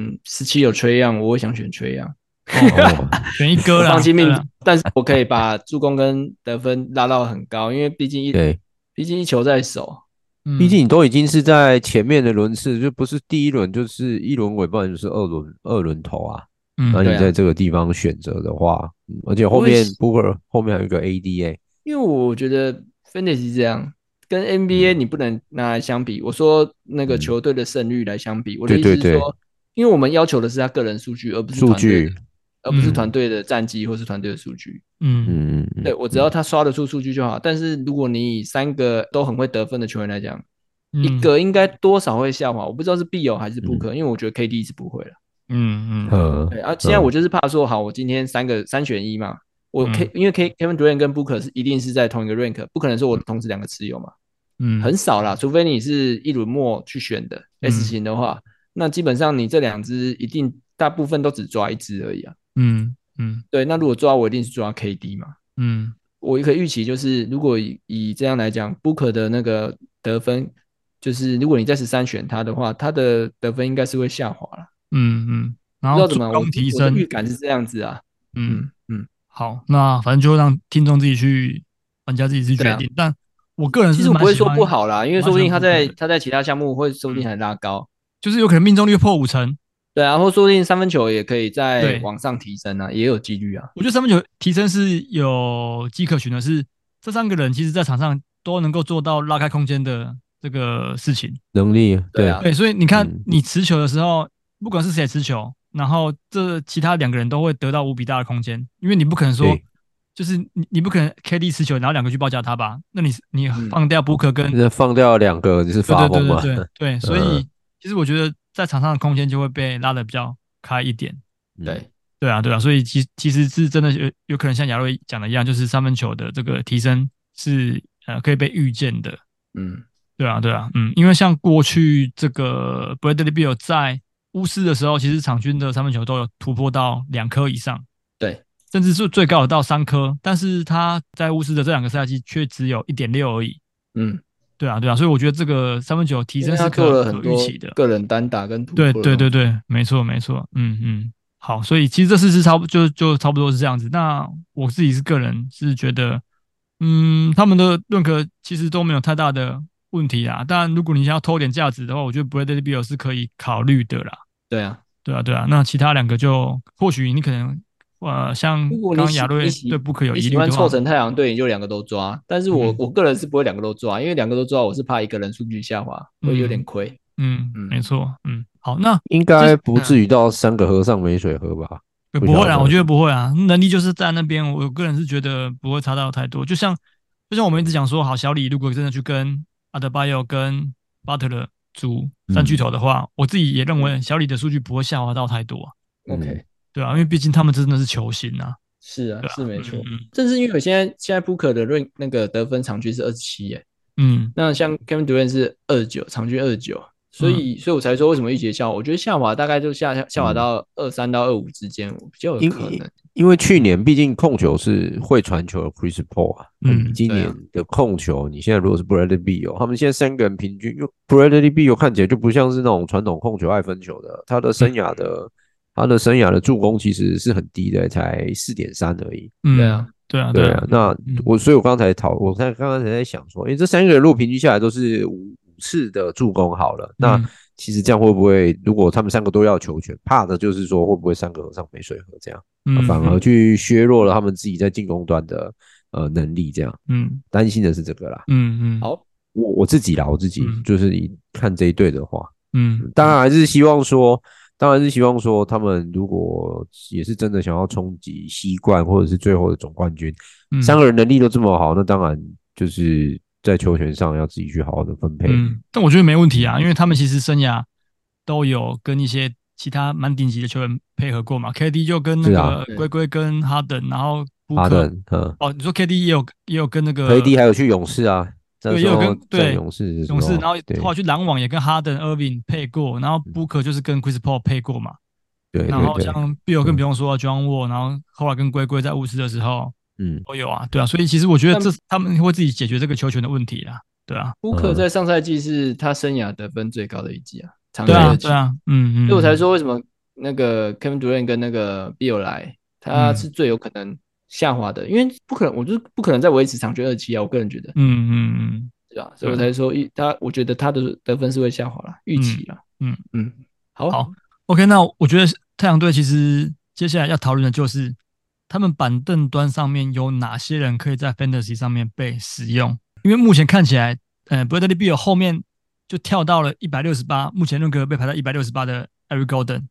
[SPEAKER 4] 嗯，十七有吹样，我会想选吹样，
[SPEAKER 3] 哦，
[SPEAKER 1] 选一哥
[SPEAKER 4] 我
[SPEAKER 1] 啦，
[SPEAKER 4] 放弃命
[SPEAKER 1] 对啊啦，
[SPEAKER 4] 但是我可以把助攻跟得分拉到很高，因为毕竟一
[SPEAKER 3] 对，
[SPEAKER 4] 毕竟一球在手，
[SPEAKER 1] 嗯
[SPEAKER 3] 毕竟你都已经是在前面的轮次，就不是第一轮，就是一轮尾，不然就是二轮二轮头啊。
[SPEAKER 1] 嗯
[SPEAKER 3] 那
[SPEAKER 4] 对
[SPEAKER 3] 你
[SPEAKER 4] 啊
[SPEAKER 3] 在这个地方选择的话，嗯而且后面
[SPEAKER 4] 我
[SPEAKER 3] Booker 后面还有一个 ADA，
[SPEAKER 4] 因为我觉得 Fantasy 这样跟 NBA
[SPEAKER 3] 嗯
[SPEAKER 4] 你不能拿来相比，我说那个
[SPEAKER 3] 嗯
[SPEAKER 4] 球队的胜率来相比，我的
[SPEAKER 3] 对
[SPEAKER 4] 意思
[SPEAKER 3] 对
[SPEAKER 4] 是
[SPEAKER 3] 对
[SPEAKER 4] 说，因为我们要求的是他个人数据，而不是
[SPEAKER 3] 数
[SPEAKER 4] 团队
[SPEAKER 3] 据
[SPEAKER 4] 的，而不是
[SPEAKER 1] 嗯
[SPEAKER 4] 团队的战绩或是团队的数据。
[SPEAKER 1] 嗯
[SPEAKER 3] 嗯，嗯嗯
[SPEAKER 4] 对我只要他刷得出数据就好。但是如果你以三个都很会得分的球员来讲，
[SPEAKER 1] 嗯
[SPEAKER 4] 一个应该多少会下滑，我不知道是必有还是不可，因为我觉得 KD 是不会了。
[SPEAKER 1] 嗯嗯
[SPEAKER 3] 嗯嗯
[SPEAKER 4] 对，啊，现在我就是怕说，好，我今天三个三选一嘛，我 K、因为 K Kevin Durant 跟 Booker 是一定是在同一个 rank，不可能说我同时两个持有嘛，
[SPEAKER 1] 嗯，
[SPEAKER 4] 很少啦，除非你是一轮末去选的
[SPEAKER 1] 嗯
[SPEAKER 4] S 型的话，那基本上你这两只一定大部分都只抓一只而已啊。
[SPEAKER 1] 嗯嗯
[SPEAKER 4] 对，那如果抓我一定是抓 KD 嘛，
[SPEAKER 1] 嗯
[SPEAKER 4] 我也可以预期，就是如果以以这样来讲，Booker 的那个得分，就是如果你在十三选他的话，他的得分应该是会下滑了。
[SPEAKER 1] 嗯嗯，然
[SPEAKER 4] 不
[SPEAKER 1] 后
[SPEAKER 4] 知道怎
[SPEAKER 1] 助
[SPEAKER 4] 么样，我
[SPEAKER 1] 攻提
[SPEAKER 4] 我的
[SPEAKER 1] 升，
[SPEAKER 4] 预感是这样子啊。
[SPEAKER 1] 嗯。
[SPEAKER 4] 嗯嗯，
[SPEAKER 1] 好，那反正就让听众自己去，玩家自己去决
[SPEAKER 4] 对啊
[SPEAKER 1] 定。但我个人
[SPEAKER 4] 其
[SPEAKER 1] 是
[SPEAKER 4] 实我
[SPEAKER 1] 蛮
[SPEAKER 4] 不会
[SPEAKER 1] 喜
[SPEAKER 4] 说
[SPEAKER 1] 欢
[SPEAKER 4] 不，好啦，因为
[SPEAKER 1] 蛮
[SPEAKER 4] 说不
[SPEAKER 1] 喜
[SPEAKER 4] 定他
[SPEAKER 1] 欢 Booker
[SPEAKER 4] 在
[SPEAKER 1] 的嗯
[SPEAKER 4] 他在其他项目会说不定还拉高，
[SPEAKER 1] 就是有可能命中率破五成。
[SPEAKER 4] 对啊，或说不定三分球也可以再
[SPEAKER 1] 对
[SPEAKER 4] 往上提升啊，也有几率啊。
[SPEAKER 1] 我觉得三分球提升是有迹可循的是，这三个人其实在场上都能够做到拉开空间的这个事情。
[SPEAKER 3] 能力
[SPEAKER 4] 对
[SPEAKER 3] 对
[SPEAKER 4] 啊
[SPEAKER 1] 对，所以你看
[SPEAKER 3] 嗯
[SPEAKER 1] 你持球的时候，不管是谁持球，然后这其他两个人都会得到无比大的空间，因为你不可能说
[SPEAKER 3] 对。
[SPEAKER 1] 就是你，你不可能 KD 持球，然后两个去包夹他吧？那你你
[SPEAKER 4] 嗯
[SPEAKER 1] 放掉 Booker 跟
[SPEAKER 3] 那放掉两个你是发疯吗？
[SPEAKER 1] 对对对对对，所
[SPEAKER 3] 嗯
[SPEAKER 1] 以其实我觉得在场上的空间就会被拉的比较开一点。
[SPEAKER 3] 嗯
[SPEAKER 4] 对，
[SPEAKER 1] 对啊，对啊，所以其其实是真的有有可能像亚瑞讲的一样，就是三分球的这个提升是呃可以被预见的。
[SPEAKER 4] 嗯，
[SPEAKER 1] 对啊，对啊，嗯，因为像过去这个 Bradley b i l l 在巫师的时候，其实场均的三分球都有突破到两颗以上，
[SPEAKER 4] 对，
[SPEAKER 1] 甚至是最高有到三颗，但是他在巫师的这两个赛季却只有一点六而已。
[SPEAKER 4] 嗯，
[SPEAKER 1] 对啊，对啊，所以我觉得这个三分球提
[SPEAKER 4] 因
[SPEAKER 1] 升
[SPEAKER 4] 为
[SPEAKER 1] 是
[SPEAKER 4] 他
[SPEAKER 1] 可
[SPEAKER 4] 做了
[SPEAKER 1] 可
[SPEAKER 4] 很
[SPEAKER 1] 预
[SPEAKER 4] 多
[SPEAKER 1] 期的。
[SPEAKER 4] 个人单打跟突破
[SPEAKER 1] 对
[SPEAKER 4] 的
[SPEAKER 1] 对对
[SPEAKER 4] 东西，
[SPEAKER 1] 对，没错没错，嗯嗯，好，所以其实这次是差不就就差不多是这样子。那我自己是个人是觉得，嗯，他们的认可其实都没有太大的问题啊。但如果你想要偷点价值的话，我觉得 Bradley Beal 是可以考虑的啦。
[SPEAKER 4] 对啊，
[SPEAKER 1] 对啊，对啊。那其他两个就或许你可能呃，像
[SPEAKER 4] 如果
[SPEAKER 1] 刚
[SPEAKER 4] 你
[SPEAKER 1] 刚
[SPEAKER 4] 喜
[SPEAKER 1] 亚瑞
[SPEAKER 4] 你喜
[SPEAKER 1] 对 Book 有
[SPEAKER 4] 你
[SPEAKER 1] 疑
[SPEAKER 4] 喜
[SPEAKER 1] 虑
[SPEAKER 4] 欢
[SPEAKER 1] 的
[SPEAKER 4] 凑
[SPEAKER 1] 话，
[SPEAKER 4] 成太阳队，你就两个都抓。但是我、
[SPEAKER 1] 嗯
[SPEAKER 4] 我个人是不会两个都抓，因为两个都抓，我是怕一个人数据下滑会有点亏。
[SPEAKER 1] 嗯，
[SPEAKER 4] 嗯
[SPEAKER 1] 没错，嗯，好，那
[SPEAKER 3] 应该不至于到三个和尚没水喝吧？
[SPEAKER 1] 不
[SPEAKER 3] 不
[SPEAKER 1] 不会
[SPEAKER 3] 晓
[SPEAKER 1] 啦，
[SPEAKER 3] 得
[SPEAKER 1] 我觉得不会啊，能力就是在那边，我个人是觉得不会差到太多。就像就像我们一直讲说，好，小李如果真的去跟阿德巴约跟巴特勒组三巨头的话，我自己也认为小李的数据不会下滑到太多啊、
[SPEAKER 3] 嗯
[SPEAKER 4] OK，
[SPEAKER 1] 对啊，因为毕竟他们真的是球星啊，
[SPEAKER 4] 是啊
[SPEAKER 1] 对，啊，
[SPEAKER 4] 是没错。
[SPEAKER 1] 嗯
[SPEAKER 4] 正是因为我现在现在 Booker 的论那个得分场均是二十七耶，
[SPEAKER 1] 嗯
[SPEAKER 4] 那像 Kevin Durant 是二九，场均二九，所
[SPEAKER 1] 嗯
[SPEAKER 4] 以、所以我才说为什么预期下滑，我觉得下滑大概就下下滑到二三到二五之间，比较有
[SPEAKER 3] 因
[SPEAKER 4] 可能。
[SPEAKER 3] 因为去年毕竟控球是会传球的 Chris Paul 啊，
[SPEAKER 1] 嗯
[SPEAKER 3] 嗯，啊今
[SPEAKER 4] 对啊
[SPEAKER 3] 年的控球，你现在如果是 Bradley Beal，他们现在三个人平均，因为 Bradley Beal 看起来就不像是那种传统控球爱分球的，他的生涯的他的生涯的助攻其实是很低的，才四点三而已。
[SPEAKER 1] 嗯，
[SPEAKER 4] 对啊，
[SPEAKER 1] 对啊，
[SPEAKER 3] 对
[SPEAKER 1] 对
[SPEAKER 3] 啊，，那
[SPEAKER 1] 嗯
[SPEAKER 3] 我所以，我刚才讨，我刚刚刚才在想说，因为这三个人如果平均下来都是五五次的助攻好了，那
[SPEAKER 1] 嗯
[SPEAKER 3] 其实这样会不会，如果他们三个都要球权，怕的就是说会不会三个和尚没水喝这样？
[SPEAKER 1] 嗯，
[SPEAKER 3] 反而去削弱了他们自己在进攻端的呃能力，这样
[SPEAKER 1] 嗯
[SPEAKER 3] 担心的是这个啦。
[SPEAKER 1] 嗯嗯
[SPEAKER 4] 好，
[SPEAKER 3] 我我自己啦，我自己、
[SPEAKER 1] 嗯
[SPEAKER 3] 就是你看这一队的话，
[SPEAKER 1] 嗯
[SPEAKER 3] 当然还是希望说，当然是希望说他们如果也是真的想要冲击西冠或者是最后的总冠军，
[SPEAKER 1] 嗯
[SPEAKER 3] 三个人能力都这么好，那当然就是在球权上要自己去好好的分配。
[SPEAKER 1] 嗯，但我觉得没问题啊，因为他们其实生涯都有跟一些其他蛮顶级的球员配合过嘛。KD 就跟那
[SPEAKER 3] 是啊
[SPEAKER 1] 个龟龟跟哈登，然后布
[SPEAKER 3] 哈
[SPEAKER 1] 克。
[SPEAKER 3] 登，嗯
[SPEAKER 1] 哦，你说 KD 也有也有跟那个
[SPEAKER 3] ，KD 还有去勇士啊，那
[SPEAKER 1] 对
[SPEAKER 3] 时
[SPEAKER 1] 也有
[SPEAKER 3] 候
[SPEAKER 1] 跟
[SPEAKER 3] 在
[SPEAKER 1] 对
[SPEAKER 3] 勇士的时候，
[SPEAKER 1] 勇士，然后
[SPEAKER 3] 对
[SPEAKER 1] 后来去篮网也跟哈登、Irving 配过，然后布克就是跟 Chris Paul 配过嘛。
[SPEAKER 3] 对对
[SPEAKER 1] 然后
[SPEAKER 3] 对，
[SPEAKER 1] 像 Bill 更
[SPEAKER 3] 嗯
[SPEAKER 1] 不用说、啊、，John Wall，然后后来跟龟龟在巫师的时候
[SPEAKER 3] 嗯，
[SPEAKER 1] 都有啊，对啊，所以其实我觉得
[SPEAKER 4] 但
[SPEAKER 1] 这他们会自己解决这个球权的问题啦，对啊，
[SPEAKER 3] 嗯
[SPEAKER 4] Booker 在上赛季是他生涯得分最高的一季啊，长期
[SPEAKER 1] 对啊，
[SPEAKER 4] 的
[SPEAKER 1] 对啊，嗯嗯，
[SPEAKER 4] 所以我才说为什么那个 Kevin Durant 跟那个 Bill 来，他
[SPEAKER 1] 嗯
[SPEAKER 4] 是最有可能下滑的，因为不可能，我就是不可能再维持场均二七啊，我个人觉得，
[SPEAKER 1] 嗯，嗯嗯
[SPEAKER 4] 对吧？所
[SPEAKER 1] 对
[SPEAKER 4] 以我才说一他，我觉得他的得分是会下滑了，预期了，
[SPEAKER 1] 嗯
[SPEAKER 4] 嗯，好，
[SPEAKER 1] 好 OK，那我觉得太阳队其实接下来要讨论的就是他们板凳端上面有哪些人可以在 Fantasy 上面被使用，因为目前看起来，呃，Bradley Beal 后面就跳到了一百六十八，目前那个被排在一百六十八的 Eric Golden，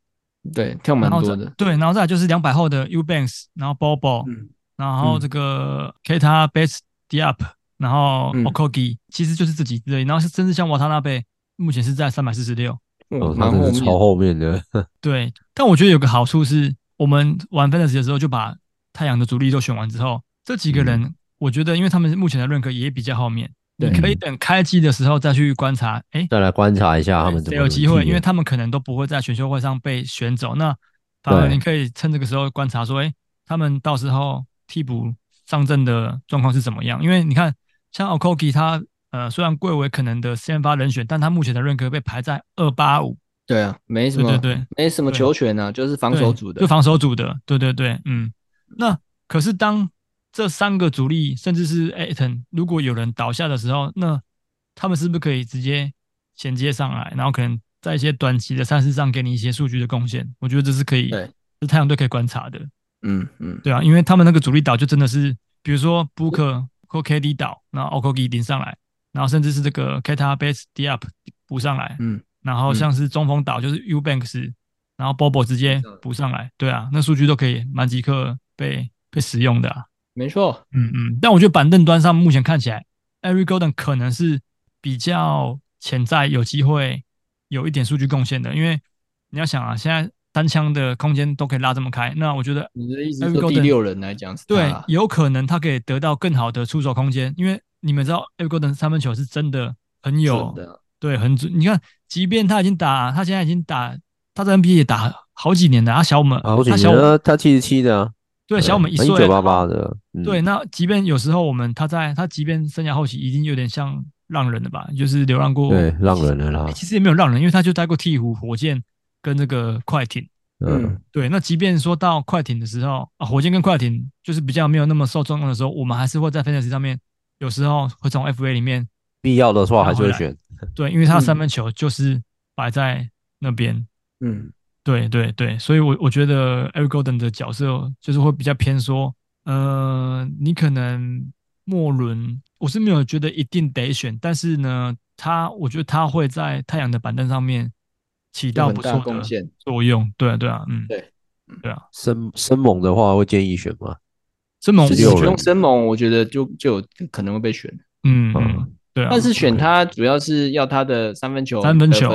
[SPEAKER 4] 对，跳蛮
[SPEAKER 1] 然后
[SPEAKER 4] 多
[SPEAKER 1] 再
[SPEAKER 4] 的，
[SPEAKER 1] 对，然后再来就是两百后的 U Banks，然后 Bobo，、
[SPEAKER 4] 嗯
[SPEAKER 1] 然后这个 Kata Bates Diop，然后
[SPEAKER 4] 嗯
[SPEAKER 1] Okogi，、其实就是这几队，然后甚至像瓦塔纳贝，目前是在三百四十六。
[SPEAKER 3] 哦，
[SPEAKER 4] 嗯
[SPEAKER 3] 他
[SPEAKER 4] 蛮
[SPEAKER 3] 真
[SPEAKER 4] 后
[SPEAKER 3] 的是超
[SPEAKER 4] 面，
[SPEAKER 3] 后面的，
[SPEAKER 1] 对，但我觉得有个好处是，我们玩 fantasy 的时候就把太阳的主力都选完之后，这几个
[SPEAKER 3] 嗯
[SPEAKER 1] 人，我觉得因为他们目前的认可也比较后面，你
[SPEAKER 4] 对
[SPEAKER 1] 可以等开机的时候再去观察，哎，
[SPEAKER 3] 再来观察一下他们怎
[SPEAKER 1] 谁
[SPEAKER 3] 么
[SPEAKER 1] 有
[SPEAKER 3] 轮替
[SPEAKER 1] 机会，因为
[SPEAKER 3] 的
[SPEAKER 1] 他们可能都不会在选秀会上被选走，那反而
[SPEAKER 3] 对
[SPEAKER 1] 你可以趁这个时候观察说，哎，他们到时候替补上阵的状况是怎么样？因为你看，像 Okogi 他呃虽然贵为可能的先发人选，但他目前的认可被排在二八五，
[SPEAKER 4] 对啊，没什
[SPEAKER 1] 对
[SPEAKER 4] 么，
[SPEAKER 1] 对对。
[SPEAKER 4] 没什么
[SPEAKER 1] 对
[SPEAKER 4] 球权啊，就是防守
[SPEAKER 1] 对
[SPEAKER 4] 组的，
[SPEAKER 1] 就防守组的，对对对，嗯。那可是当这三个主力，甚至是 Aton，如果有人倒下的时候，那他们是不是可以直接衔接上来，然后可能在一些短期的赛事上给你一些数据的贡献？我觉得这是可以，
[SPEAKER 4] 对
[SPEAKER 1] 是太阳队可以观察的，
[SPEAKER 4] 嗯嗯，
[SPEAKER 1] 对啊，因为他们那个主力倒就真的是，比如说 Booker 或 KD 倒，然后 Okogie 顶上来，然后甚至是这个 Kata Base Diop 补上来，
[SPEAKER 4] 嗯，
[SPEAKER 1] 然后像是中锋岛就是 U Banks，然后 Bobo 直接补上来，对啊，那数据都可以蛮即刻被被使用的、啊，
[SPEAKER 4] 没错，
[SPEAKER 1] 嗯嗯。但我觉得板凳端上目前看起来，Eric Golden 可能是比较潜在有机会有一点数据贡献的，因为你要想啊，现在单枪的空间都可以拉这么开，那我觉得
[SPEAKER 4] 你的意思
[SPEAKER 1] Eric
[SPEAKER 4] 是说
[SPEAKER 1] Gordon-
[SPEAKER 4] 第六人来讲是
[SPEAKER 1] 嗯
[SPEAKER 4] 他
[SPEAKER 1] 对
[SPEAKER 4] 啊，
[SPEAKER 1] 有可能他可以得到更好的出手空间，因为你们知道 Eric Golden 三分球是真的很有
[SPEAKER 4] 准的啊，
[SPEAKER 1] 对，很准。你看，即便他已经打，他现在已经打，他在 NBA 也打好几年了。他小我们，
[SPEAKER 3] 好几
[SPEAKER 1] 他
[SPEAKER 3] 年
[SPEAKER 1] 小我
[SPEAKER 3] 了，
[SPEAKER 1] 们，
[SPEAKER 3] 他七十七的啊，
[SPEAKER 1] 对，小我们一岁。
[SPEAKER 3] 九八八的，嗯
[SPEAKER 1] 对，，那即便有时候我们他在他即便生涯后期已经有点像浪人了吧，就是流浪过。
[SPEAKER 3] 对，让人啊了啦
[SPEAKER 1] 诶，其实也没有浪人，因为他就待过鹈鹕、火箭跟这个快艇。
[SPEAKER 3] 嗯
[SPEAKER 4] 嗯，
[SPEAKER 1] 对，那即便说到快艇的时候啊，火箭跟快艇就是比较没有那么受重用的时候，我们还是会在 fantasy 上面有时候会从 FA 里面
[SPEAKER 3] 必要的话还是会
[SPEAKER 1] 拿回
[SPEAKER 3] 选。
[SPEAKER 1] 对，因为他的三
[SPEAKER 4] 嗯
[SPEAKER 1] 分球就是摆在那边，
[SPEAKER 4] 嗯，
[SPEAKER 1] 对对对，所以我我觉得 Eric Golden 的角色哦就是会比较偏说，呃，你可能末轮，我是没有觉得一定得选，但是呢，他我觉得他会在太阳的板凳上面起
[SPEAKER 4] 有
[SPEAKER 1] 到
[SPEAKER 4] 很
[SPEAKER 1] 不
[SPEAKER 4] 大
[SPEAKER 1] 错
[SPEAKER 4] 贡
[SPEAKER 1] 的
[SPEAKER 4] 献。
[SPEAKER 1] 作用。对啊对啊，嗯，
[SPEAKER 4] 对
[SPEAKER 1] 对啊，
[SPEAKER 3] 生生猛的话会建议选吗？
[SPEAKER 1] 这猛
[SPEAKER 3] 只
[SPEAKER 4] 就
[SPEAKER 3] 有
[SPEAKER 4] 是
[SPEAKER 3] 人
[SPEAKER 4] 用生猛，我觉得就就有可能会被选，
[SPEAKER 1] 嗯
[SPEAKER 3] 嗯
[SPEAKER 1] 嗯，对啊，
[SPEAKER 4] 但是选他主要是要他的三分球
[SPEAKER 1] 三分
[SPEAKER 4] 得
[SPEAKER 1] 球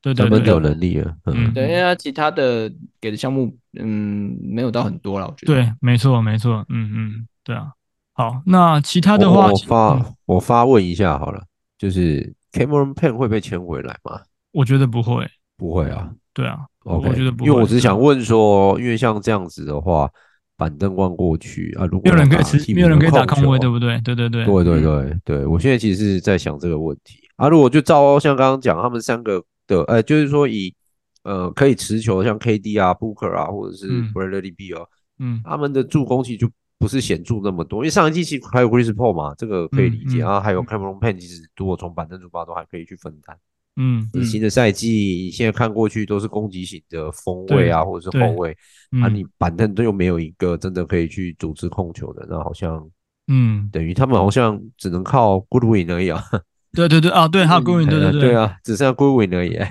[SPEAKER 1] 对对
[SPEAKER 3] 咱们
[SPEAKER 1] 对
[SPEAKER 3] 都有能力了，嗯
[SPEAKER 1] 嗯，
[SPEAKER 4] 对，因为他其他的给的项目，嗯，没有到很多了，我觉得。
[SPEAKER 1] 对，没错没错，嗯嗯，对啊。好，那其他的
[SPEAKER 3] 我
[SPEAKER 1] 话，
[SPEAKER 3] 哦我
[SPEAKER 1] 其嗯
[SPEAKER 3] 发我发问一下好了，就是 Cameron Payne 会被签回来吗？
[SPEAKER 1] 我觉得不会，
[SPEAKER 3] 不会啊
[SPEAKER 1] 对啊，我
[SPEAKER 3] ，OK，
[SPEAKER 1] 我觉得不
[SPEAKER 3] 因为我
[SPEAKER 1] 会
[SPEAKER 3] 只
[SPEAKER 1] 对啊
[SPEAKER 3] 想问说，因为像这样子的话，板凳换过去啊，如果
[SPEAKER 1] 没有人可以
[SPEAKER 3] 打
[SPEAKER 1] 吃，
[SPEAKER 3] 替
[SPEAKER 1] 没有
[SPEAKER 3] 补
[SPEAKER 1] 人可
[SPEAKER 3] 的
[SPEAKER 1] 以打
[SPEAKER 3] 控
[SPEAKER 1] 空位，
[SPEAKER 3] 球
[SPEAKER 1] 对不对？对对对，
[SPEAKER 3] 对对对对，我现在其实是在想这个问题啊。如果就照像刚刚讲，他们三个的，呃，就是说以呃可以持球，像 KD 啊、Booker 啊，或者是
[SPEAKER 1] 嗯
[SPEAKER 3] Bradley b 啊，
[SPEAKER 1] 嗯
[SPEAKER 3] 他们的助攻其实就不是显著那么多。因为上一季其实还有 Chris Paul 嘛，这个可以理解
[SPEAKER 1] 嗯嗯
[SPEAKER 3] 啊，还有
[SPEAKER 1] 嗯
[SPEAKER 3] Cameron Payne，其实如果从板凳出发都还可以去分担。
[SPEAKER 1] 嗯
[SPEAKER 4] 嗯
[SPEAKER 3] 新的赛季现在看过去都是攻击型的锋位啊，或者是
[SPEAKER 1] 对
[SPEAKER 3] 后卫
[SPEAKER 1] 嗯，
[SPEAKER 3] 啊，你板凳都又没有一个真的可以去组织控球的，那好像。
[SPEAKER 1] 嗯，
[SPEAKER 3] 等于他们好像只能靠 Goodwin 而已啊，
[SPEAKER 1] 对对对啊，对，还有
[SPEAKER 4] 嗯
[SPEAKER 1] Green，对
[SPEAKER 3] 哎呀
[SPEAKER 1] 对，
[SPEAKER 3] 啊，只剩下 Goodwin 而已，
[SPEAKER 1] 嗯，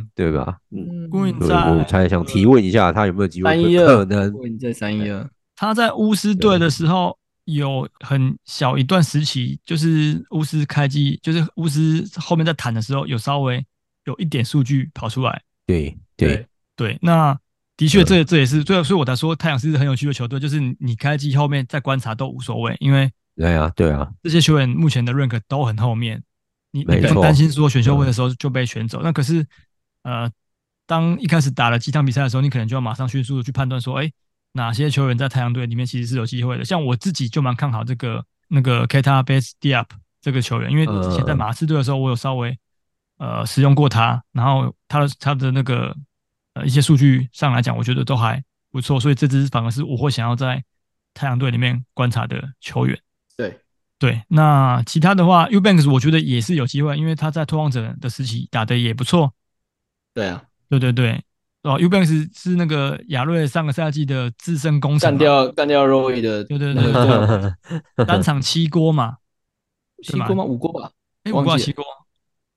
[SPEAKER 1] 嗯
[SPEAKER 3] 对吧？嗯，
[SPEAKER 4] 嗯，
[SPEAKER 1] 郭云
[SPEAKER 3] 所以
[SPEAKER 1] 在
[SPEAKER 3] 我才想提问一下，他有没有机会？
[SPEAKER 4] 三一
[SPEAKER 3] 可
[SPEAKER 4] 二
[SPEAKER 3] 能
[SPEAKER 4] 郭云在三一二，
[SPEAKER 1] 他在巫师队的时候有很小一段时期，就是巫师开机，就是巫师后面在谈的时候有稍微有一点数据跑出来，
[SPEAKER 3] 对对，
[SPEAKER 1] 对，那的确这这也是，所以所以我才说太阳是很有趣的球队，就是你你开机后面再观察都无所谓，因为
[SPEAKER 3] 对啊，对啊，
[SPEAKER 1] 这些球员目前的认可都很后面，你
[SPEAKER 3] 没
[SPEAKER 1] 你不用
[SPEAKER 3] 错嗯
[SPEAKER 1] 担心说选秀会的时候就被选走。那可是，呃，当一开始打了几场比赛的时候，你可能就要马上迅速的去判断说，哎，哪些球员在太阳队里面其实是有机会的。像我自己就蛮看好这个那个 Kata Base Diop 这个球员，因为之前在
[SPEAKER 3] 嗯
[SPEAKER 1] 马刺队的时候，我有稍微呃使用过他，然后他的他的那个呃一些数据上来讲，我觉得都还不错，所以这支反而是我会想要在太阳队里面观察的球员。
[SPEAKER 4] 对，
[SPEAKER 1] 对，那其他的话，Ubanks 我觉得也是有机会，因为他在拓荒者的时期打的也不错。
[SPEAKER 4] 对啊，
[SPEAKER 1] 对对对，哦，Ubanks 是那个亚瑞上个赛季的自身功臣
[SPEAKER 4] 干
[SPEAKER 1] 嘛，
[SPEAKER 4] 掉干掉 Roy 的，
[SPEAKER 1] 对对
[SPEAKER 4] 那
[SPEAKER 1] 对啊
[SPEAKER 4] 个队 友
[SPEAKER 1] 单场七锅嘛，
[SPEAKER 4] 七锅吗？五锅吧，
[SPEAKER 1] 哎，五
[SPEAKER 4] 忘
[SPEAKER 1] 锅还
[SPEAKER 4] 记
[SPEAKER 1] 是七
[SPEAKER 4] 了
[SPEAKER 1] 锅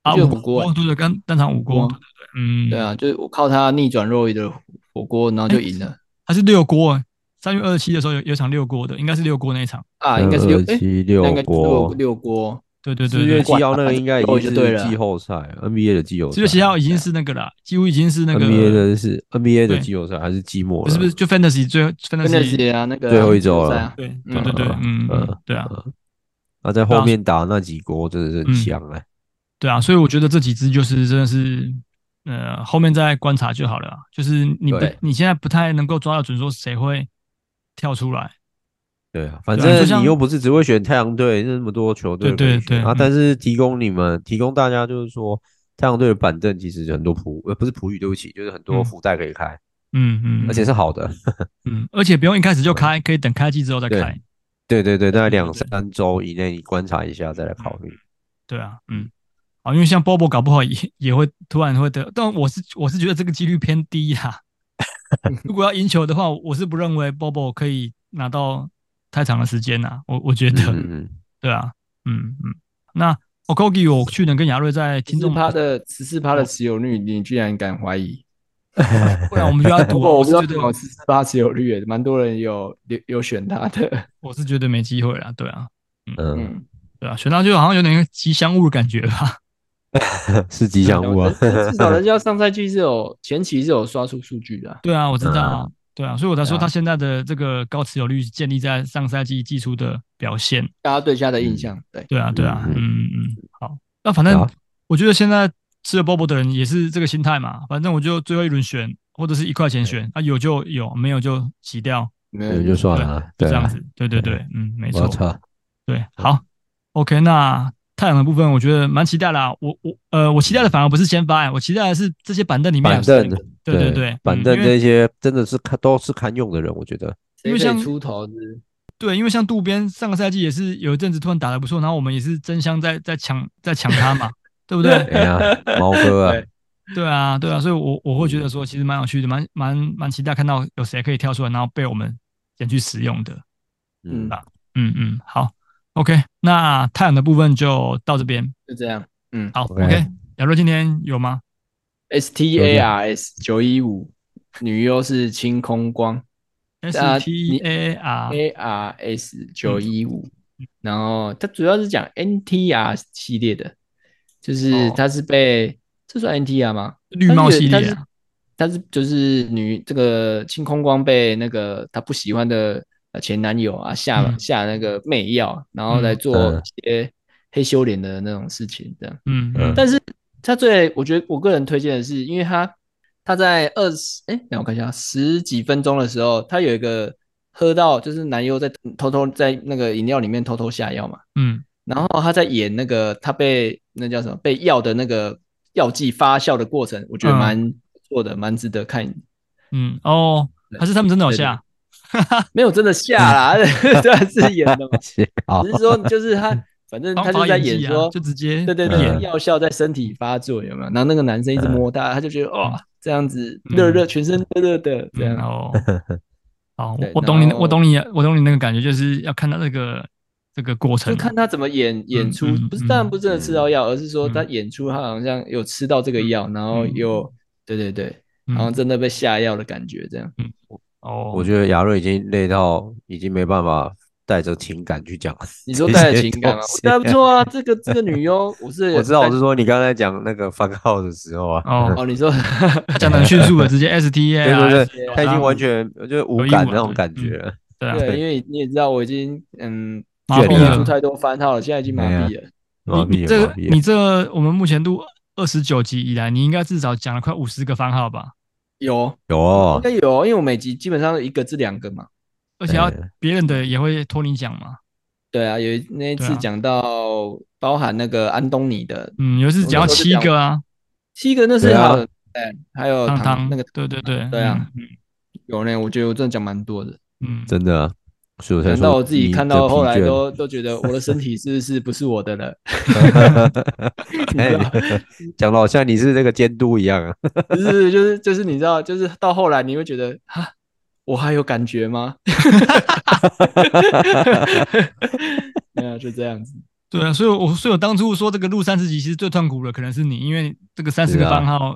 [SPEAKER 4] 我
[SPEAKER 1] 啊，
[SPEAKER 4] 记得
[SPEAKER 1] 五
[SPEAKER 4] 五锅
[SPEAKER 1] 对对，单单场五锅，对
[SPEAKER 4] 五锅
[SPEAKER 1] 对对，嗯，哎
[SPEAKER 4] 对，啊，就是我靠他逆转 Roy 的火锅，然后就赢了
[SPEAKER 1] 他是六锅，啊三月二十七的时候有有一场六锅的，应该是六锅那一场，
[SPEAKER 4] 啊，应该是六哎，
[SPEAKER 3] 七
[SPEAKER 4] 那
[SPEAKER 3] 六
[SPEAKER 4] 应该是六
[SPEAKER 3] 国，
[SPEAKER 4] 六锅，
[SPEAKER 1] 对对
[SPEAKER 3] 四
[SPEAKER 1] 对
[SPEAKER 3] 月
[SPEAKER 1] 对，
[SPEAKER 3] 七号那个应该已经是
[SPEAKER 4] 就啊对了
[SPEAKER 3] 季后赛，NBA 的季后赛，
[SPEAKER 1] 四月七号已经是那个了，几乎已经是那个
[SPEAKER 3] NBA 的是 NBA 的
[SPEAKER 1] 对
[SPEAKER 3] 季后赛还是季末
[SPEAKER 1] 不
[SPEAKER 3] 了？
[SPEAKER 1] 是不是就 Fantasy 最后
[SPEAKER 4] 跟那
[SPEAKER 1] Fantasy
[SPEAKER 4] 些啊那个
[SPEAKER 3] 最后一周了
[SPEAKER 4] 比赛啊
[SPEAKER 1] 对对对对，嗯，嗯对啊。
[SPEAKER 3] 那
[SPEAKER 1] 对
[SPEAKER 3] 在后
[SPEAKER 1] 啊
[SPEAKER 3] 面打那几国真的是
[SPEAKER 1] 嗯
[SPEAKER 3] 很强哎。
[SPEAKER 1] 对啊，所以我觉得这几支就是真的是，呃，后面再观察就好了啊。就是你不
[SPEAKER 4] 对
[SPEAKER 1] 你现在不太能够抓得准，说谁会跳出来。
[SPEAKER 3] 对啊，反
[SPEAKER 1] 对啊就
[SPEAKER 3] 正
[SPEAKER 1] 像
[SPEAKER 3] 你又不是只会选太阳队，那么多球队
[SPEAKER 1] 对
[SPEAKER 3] 可以
[SPEAKER 1] 对
[SPEAKER 3] 选
[SPEAKER 1] 对
[SPEAKER 3] 啊。
[SPEAKER 1] 嗯
[SPEAKER 3] 但是提供你们，提供大家就是说，太阳队的板凳其实很多普呃不是普语，对不起，就是很多
[SPEAKER 1] 嗯
[SPEAKER 3] 福袋可以开，
[SPEAKER 1] 嗯嗯，
[SPEAKER 3] 而且是好的。
[SPEAKER 1] 嗯，而且不用一开始就开，可以等开机之后再
[SPEAKER 3] 对
[SPEAKER 1] 开。
[SPEAKER 3] 对对对，大概
[SPEAKER 1] 对
[SPEAKER 3] 两三周以内你观察一下再来考虑。
[SPEAKER 1] 对啊，嗯，啊，因为像 Bobo 搞不好也也会突然会得，但我是我是觉得这个几率偏低 啦。如果要赢球的话，我是不认为 Bobo 可以拿到太长的时间呐。我我觉得，
[SPEAKER 3] 嗯嗯
[SPEAKER 1] 对啊，嗯嗯。那 Okogi 我去年跟亚瑞在
[SPEAKER 4] 十
[SPEAKER 1] 听
[SPEAKER 4] 四
[SPEAKER 1] 众
[SPEAKER 4] 趴的十四趴的持有率，你居然敢怀疑？
[SPEAKER 1] 不然我们就要赌。
[SPEAKER 4] 不过我
[SPEAKER 1] 我是
[SPEAKER 4] 不知道
[SPEAKER 1] 觉得，
[SPEAKER 4] 有十四趴持有率耶，蛮多人有有有选他的，
[SPEAKER 1] 我是觉得没机会了。对啊，
[SPEAKER 3] 嗯，
[SPEAKER 4] 嗯，
[SPEAKER 1] 对啊，选到就好像有点吉祥物的感觉吧。
[SPEAKER 4] 嗯
[SPEAKER 3] 是吉祥物啊。
[SPEAKER 4] 至少人家上赛季是有前期是有刷出数据的啊，
[SPEAKER 1] 对啊，我知道啊。对啊，所以我才说
[SPEAKER 4] 对啊
[SPEAKER 1] 他现在的这个高持有率建立在上赛季季初的表现。
[SPEAKER 4] 大家对他的印象，对，
[SPEAKER 1] 对啊，对啊，
[SPEAKER 3] 嗯
[SPEAKER 1] 嗯
[SPEAKER 3] 嗯
[SPEAKER 1] 嗯嗯。好，那反正
[SPEAKER 3] 好
[SPEAKER 1] 我觉得现在吃了 Bobo 的人也是这个心态嘛。反正我就最后一轮选，或者是一块钱选，啊有就有，没有就洗掉，
[SPEAKER 4] 没
[SPEAKER 3] 对，就算了啊，
[SPEAKER 1] 就
[SPEAKER 3] 对
[SPEAKER 1] 这样
[SPEAKER 3] 啊，
[SPEAKER 1] 子。对对对，嗯，没
[SPEAKER 3] 我
[SPEAKER 1] 错。
[SPEAKER 3] 操，
[SPEAKER 1] 对，好，OK，那太阳的部分我觉得蛮期待啦、我我呃，我期待的反而不是先发、我期待的是这些板凳里面
[SPEAKER 3] 板
[SPEAKER 1] 有谁
[SPEAKER 3] 凳，
[SPEAKER 1] 对对对，
[SPEAKER 3] 板
[SPEAKER 1] 嗯
[SPEAKER 3] 凳
[SPEAKER 1] 因为
[SPEAKER 3] 这些真的是看都是堪用的人，我觉得。
[SPEAKER 1] 因
[SPEAKER 4] 因
[SPEAKER 1] 为
[SPEAKER 4] 为
[SPEAKER 1] 像
[SPEAKER 4] 像出头是，
[SPEAKER 1] 对，因为像渡边上个赛季也是有一阵子突然打得不错，然后我们也是争相在在抢在抢他嘛，对不对？
[SPEAKER 3] 哎呀，猫哥啊，
[SPEAKER 1] 对啊，对啊，所以我我会觉
[SPEAKER 3] 嗯
[SPEAKER 1] 得说其实蛮有趣的，蛮蛮蛮期待看到有谁可以跳出来，然后被我们捡去使用的。
[SPEAKER 3] 嗯
[SPEAKER 4] 嗯，
[SPEAKER 1] 嗯嗯，好，OK，那太阳的部分就到这边。
[SPEAKER 4] 就这样。
[SPEAKER 1] 好
[SPEAKER 3] OK
[SPEAKER 1] ，OK，亚若今天有吗？
[SPEAKER 4] S T A R S 九一五，女优是清空光
[SPEAKER 1] S
[SPEAKER 4] 啊
[SPEAKER 1] T A R
[SPEAKER 4] A R S 九一五，然后它主要是讲 N T R 系列的，就是
[SPEAKER 1] 哦
[SPEAKER 4] 它是被、这算 N T R 吗？
[SPEAKER 1] 绿帽系列啊，
[SPEAKER 4] 但是就是女这个清空光被那个她不喜欢的呃前男友啊下、
[SPEAKER 1] 嗯
[SPEAKER 4] 下那个媚药，然后来做
[SPEAKER 3] 嗯
[SPEAKER 4] 一些黑羞脸的那种事情，这样。
[SPEAKER 1] 嗯
[SPEAKER 3] 嗯
[SPEAKER 1] 嗯，
[SPEAKER 4] 但是他最我觉得我个人推荐的是，因为他他在二十哎，让我看一下十几分钟的时候，他有一个喝到就是男优在偷偷在那个饮料里面偷偷下药嘛，
[SPEAKER 1] 嗯
[SPEAKER 4] 然后他在演那个他被那叫什么被药的那个药剂发酵的过程，我觉得
[SPEAKER 1] 嗯
[SPEAKER 4] 蛮不错的，蛮值得看。
[SPEAKER 1] 嗯，哦，还是他们真的有下？
[SPEAKER 4] 没有真的下 啦，对，是演的嘛，
[SPEAKER 3] 好
[SPEAKER 4] 只，是说就是他反正
[SPEAKER 1] 方
[SPEAKER 4] 他
[SPEAKER 1] 法
[SPEAKER 4] 就在
[SPEAKER 1] 嗯演
[SPEAKER 4] 演
[SPEAKER 1] 技啊
[SPEAKER 4] 说
[SPEAKER 1] 就嗯直接
[SPEAKER 4] 对对
[SPEAKER 3] 演
[SPEAKER 4] 对，药效在身体发作有没有？然后那个男
[SPEAKER 1] 嗯
[SPEAKER 4] 生一直摸他，他就觉得哦，这样子热热，全身热热的这
[SPEAKER 1] 嗯
[SPEAKER 4] 样。
[SPEAKER 1] 哦，好，我
[SPEAKER 4] 啊对
[SPEAKER 1] 我懂你，
[SPEAKER 4] 然后
[SPEAKER 1] 我懂你，我懂你那个感觉，就是要看到那个这个过程
[SPEAKER 4] 就
[SPEAKER 1] 啊，
[SPEAKER 4] 看他怎么演演出
[SPEAKER 1] 嗯嗯，
[SPEAKER 4] 不是
[SPEAKER 1] 嗯
[SPEAKER 4] 当然不是真的吃到药，而是说
[SPEAKER 1] 嗯
[SPEAKER 4] 他演出他好像有吃到这个药，然后又对对对，
[SPEAKER 1] 嗯
[SPEAKER 4] 然后真的被下药的感觉这样。
[SPEAKER 1] 哦，
[SPEAKER 3] 我觉得亚瑞已经累到已经没办法带着情感去讲。
[SPEAKER 4] 你说带着情感吗
[SPEAKER 3] 这些东西？
[SPEAKER 4] 那不错啊，这个这个女优，我是
[SPEAKER 3] 我知道，我
[SPEAKER 4] 带
[SPEAKER 3] 是说你刚才讲那个番号的时候啊，
[SPEAKER 1] 哦，
[SPEAKER 4] 哦，你说啊
[SPEAKER 1] 他讲的很迅速的，直接 S T A 啊
[SPEAKER 3] 对对
[SPEAKER 1] R，
[SPEAKER 3] 对，他已经完全就是无感那种感觉了。
[SPEAKER 1] 对啊，
[SPEAKER 4] 对，因为你也知道我已经嗯
[SPEAKER 1] 麻
[SPEAKER 3] 对
[SPEAKER 1] 痹
[SPEAKER 3] 啊
[SPEAKER 4] 演出
[SPEAKER 1] 了。
[SPEAKER 4] 太多番号了，现在已经麻痹了。
[SPEAKER 3] 麻
[SPEAKER 1] 你你
[SPEAKER 3] 痹
[SPEAKER 1] 这
[SPEAKER 3] 了，麻
[SPEAKER 1] 个
[SPEAKER 3] 痹了
[SPEAKER 1] 你这个我们目前录二十九集以来，你应该至少讲了快五十个番号吧？
[SPEAKER 4] 有
[SPEAKER 3] 有
[SPEAKER 4] 应
[SPEAKER 3] 哦，
[SPEAKER 4] 该有，因为我每集基本上一个至两个嘛。
[SPEAKER 1] 而且要
[SPEAKER 3] 嗯
[SPEAKER 1] 别人的也会托你讲嘛。
[SPEAKER 4] 对啊，有一那一
[SPEAKER 1] 对
[SPEAKER 4] 次
[SPEAKER 1] 啊
[SPEAKER 4] 讲到包含那个安东尼的
[SPEAKER 1] 嗯，有一次讲到七个啊，
[SPEAKER 4] 七个，那是
[SPEAKER 3] 对啊
[SPEAKER 4] 好的，哎、还有
[SPEAKER 1] 汤汤
[SPEAKER 4] 那个
[SPEAKER 1] 对对对，
[SPEAKER 4] 对啊
[SPEAKER 1] 嗯，
[SPEAKER 4] 有呢，我觉得我真的讲蛮多的，
[SPEAKER 1] 嗯，嗯
[SPEAKER 3] 真的啊，所以我才
[SPEAKER 4] 讲
[SPEAKER 3] 说
[SPEAKER 4] 到我自己
[SPEAKER 3] 你
[SPEAKER 4] 看
[SPEAKER 3] 的
[SPEAKER 4] 到
[SPEAKER 3] 疲
[SPEAKER 4] 后来
[SPEAKER 3] 倦
[SPEAKER 4] 都都觉得我的身体是不是不是我的了，
[SPEAKER 3] 哎讲的好像你是这个监督一样啊。
[SPEAKER 4] 就是就是就是你知道，就是到后来你会觉得哈，我还有感觉吗？ 没有，就这样子。
[SPEAKER 1] 对啊，所以我所以我当初说这个录三十集其实最痛苦的可能是你，因为这个三十
[SPEAKER 3] 是
[SPEAKER 1] 个
[SPEAKER 3] 啊
[SPEAKER 1] 番 号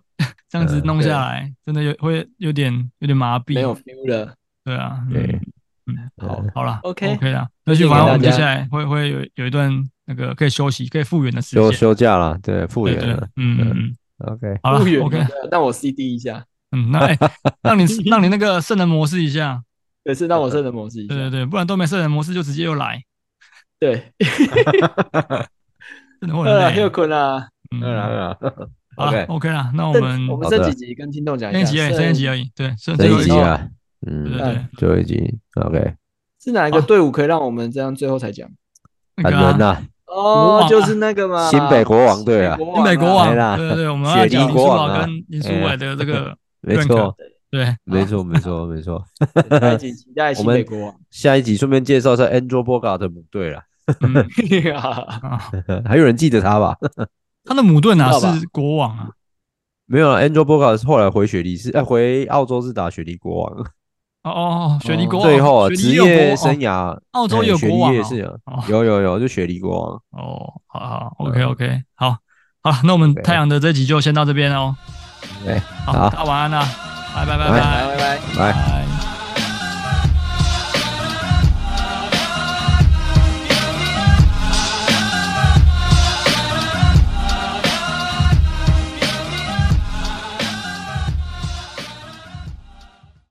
[SPEAKER 1] 这样子
[SPEAKER 3] 嗯
[SPEAKER 1] 弄
[SPEAKER 4] 对
[SPEAKER 1] 下来，真的有会有点有点麻痹。
[SPEAKER 4] 没有 feel 了，
[SPEAKER 1] 对啊，嗯
[SPEAKER 3] 对，
[SPEAKER 1] 嗯，
[SPEAKER 4] 好
[SPEAKER 1] 好啦
[SPEAKER 4] OK
[SPEAKER 1] OK 啦，
[SPEAKER 4] 推
[SPEAKER 1] 而且
[SPEAKER 4] 荐给
[SPEAKER 1] 反正我们
[SPEAKER 4] 大
[SPEAKER 1] 接
[SPEAKER 4] 家
[SPEAKER 1] 下来会会有有一段那个可以休息、可以复原的时
[SPEAKER 3] 休
[SPEAKER 1] 间。
[SPEAKER 3] 休假了，对，复
[SPEAKER 1] 对
[SPEAKER 3] 原
[SPEAKER 1] 对
[SPEAKER 3] 了，。
[SPEAKER 1] 嗯嗯嗯，
[SPEAKER 3] OK，
[SPEAKER 1] 好了
[SPEAKER 4] 不远
[SPEAKER 1] ，OK，
[SPEAKER 4] 了让我 CD 一下，
[SPEAKER 1] 嗯，那 哎，让你让你那个圣人模式一下，
[SPEAKER 4] 也是
[SPEAKER 1] 呃
[SPEAKER 4] 让我圣人模式一下
[SPEAKER 1] 对。对对，不然都没圣人模式就直接又来，
[SPEAKER 4] 对，
[SPEAKER 1] 真的会
[SPEAKER 4] 饿
[SPEAKER 1] 很
[SPEAKER 4] 了，
[SPEAKER 1] 累
[SPEAKER 4] 啊又。困了。
[SPEAKER 1] 嗯
[SPEAKER 3] 当然了
[SPEAKER 1] 好啦
[SPEAKER 3] 啊 OK
[SPEAKER 1] ，OK 啦，那我
[SPEAKER 4] 剩
[SPEAKER 1] 们
[SPEAKER 4] 我们
[SPEAKER 3] 好的
[SPEAKER 4] 剩几集跟听众讲
[SPEAKER 1] 剩
[SPEAKER 4] 一
[SPEAKER 1] 一
[SPEAKER 4] 下，
[SPEAKER 1] 集而已，剩一集而已，对，剩
[SPEAKER 3] 这
[SPEAKER 1] 最后
[SPEAKER 3] 一
[SPEAKER 1] 一
[SPEAKER 3] 集
[SPEAKER 1] 集，
[SPEAKER 3] 啊，
[SPEAKER 1] 对对
[SPEAKER 3] 嗯，
[SPEAKER 1] 对，
[SPEAKER 3] 最后一集，OK，
[SPEAKER 4] 是哪一个
[SPEAKER 1] 好
[SPEAKER 4] 队伍可以让我们这样最后才讲？
[SPEAKER 1] 那
[SPEAKER 3] 很
[SPEAKER 1] 个
[SPEAKER 3] 人
[SPEAKER 1] 啊
[SPEAKER 3] 呐，
[SPEAKER 1] 王
[SPEAKER 4] 哦
[SPEAKER 1] 啊，
[SPEAKER 4] 就是那个嘛，
[SPEAKER 3] 新北国王队啊
[SPEAKER 1] 新北国王
[SPEAKER 3] 没，啦
[SPEAKER 1] 对对对，我们
[SPEAKER 3] 雪
[SPEAKER 1] 要
[SPEAKER 3] 梨
[SPEAKER 1] 讲林书
[SPEAKER 3] 国王
[SPEAKER 1] 豪
[SPEAKER 3] 啊
[SPEAKER 1] 跟林书
[SPEAKER 3] 哎呀
[SPEAKER 1] 伟的这个
[SPEAKER 3] 没
[SPEAKER 1] 认可
[SPEAKER 3] 错，
[SPEAKER 1] 对，
[SPEAKER 3] 没错，没 错，没错。
[SPEAKER 4] 对下一集期待新北国王。
[SPEAKER 3] 下一集顺便介绍一下 Andrew Boga 的母队啦，
[SPEAKER 1] 嗯啊，
[SPEAKER 3] 还有人记得他吧？
[SPEAKER 1] 他的母队哪
[SPEAKER 4] 知道吧
[SPEAKER 1] 是国王啊？
[SPEAKER 3] 没有啊，Andrew Boga 是后来回雪梨是，哎，回澳洲是打雪梨国王，
[SPEAKER 1] 哦哦，雪梨国王，
[SPEAKER 3] 最后啊
[SPEAKER 1] 雪
[SPEAKER 3] 职
[SPEAKER 1] 梨也有国
[SPEAKER 3] 业
[SPEAKER 1] 王
[SPEAKER 3] 生涯，
[SPEAKER 1] 澳洲
[SPEAKER 3] 哎
[SPEAKER 1] 也有
[SPEAKER 3] 雪
[SPEAKER 1] 国
[SPEAKER 3] 梨
[SPEAKER 1] 王
[SPEAKER 3] 也
[SPEAKER 1] 哦
[SPEAKER 3] 是有
[SPEAKER 1] 哦，
[SPEAKER 3] 有有有，就雪梨国王。
[SPEAKER 1] 哦，好好，OK OK，好，好，那我们
[SPEAKER 3] 嗯对
[SPEAKER 1] 太阳的这集就先到这边哦。
[SPEAKER 3] 对，
[SPEAKER 1] 好，
[SPEAKER 3] 好
[SPEAKER 1] 大家晚安啦，拜拜拜
[SPEAKER 3] 拜
[SPEAKER 1] 拜
[SPEAKER 4] 拜拜拜。
[SPEAKER 3] 来。
[SPEAKER 1] 拜。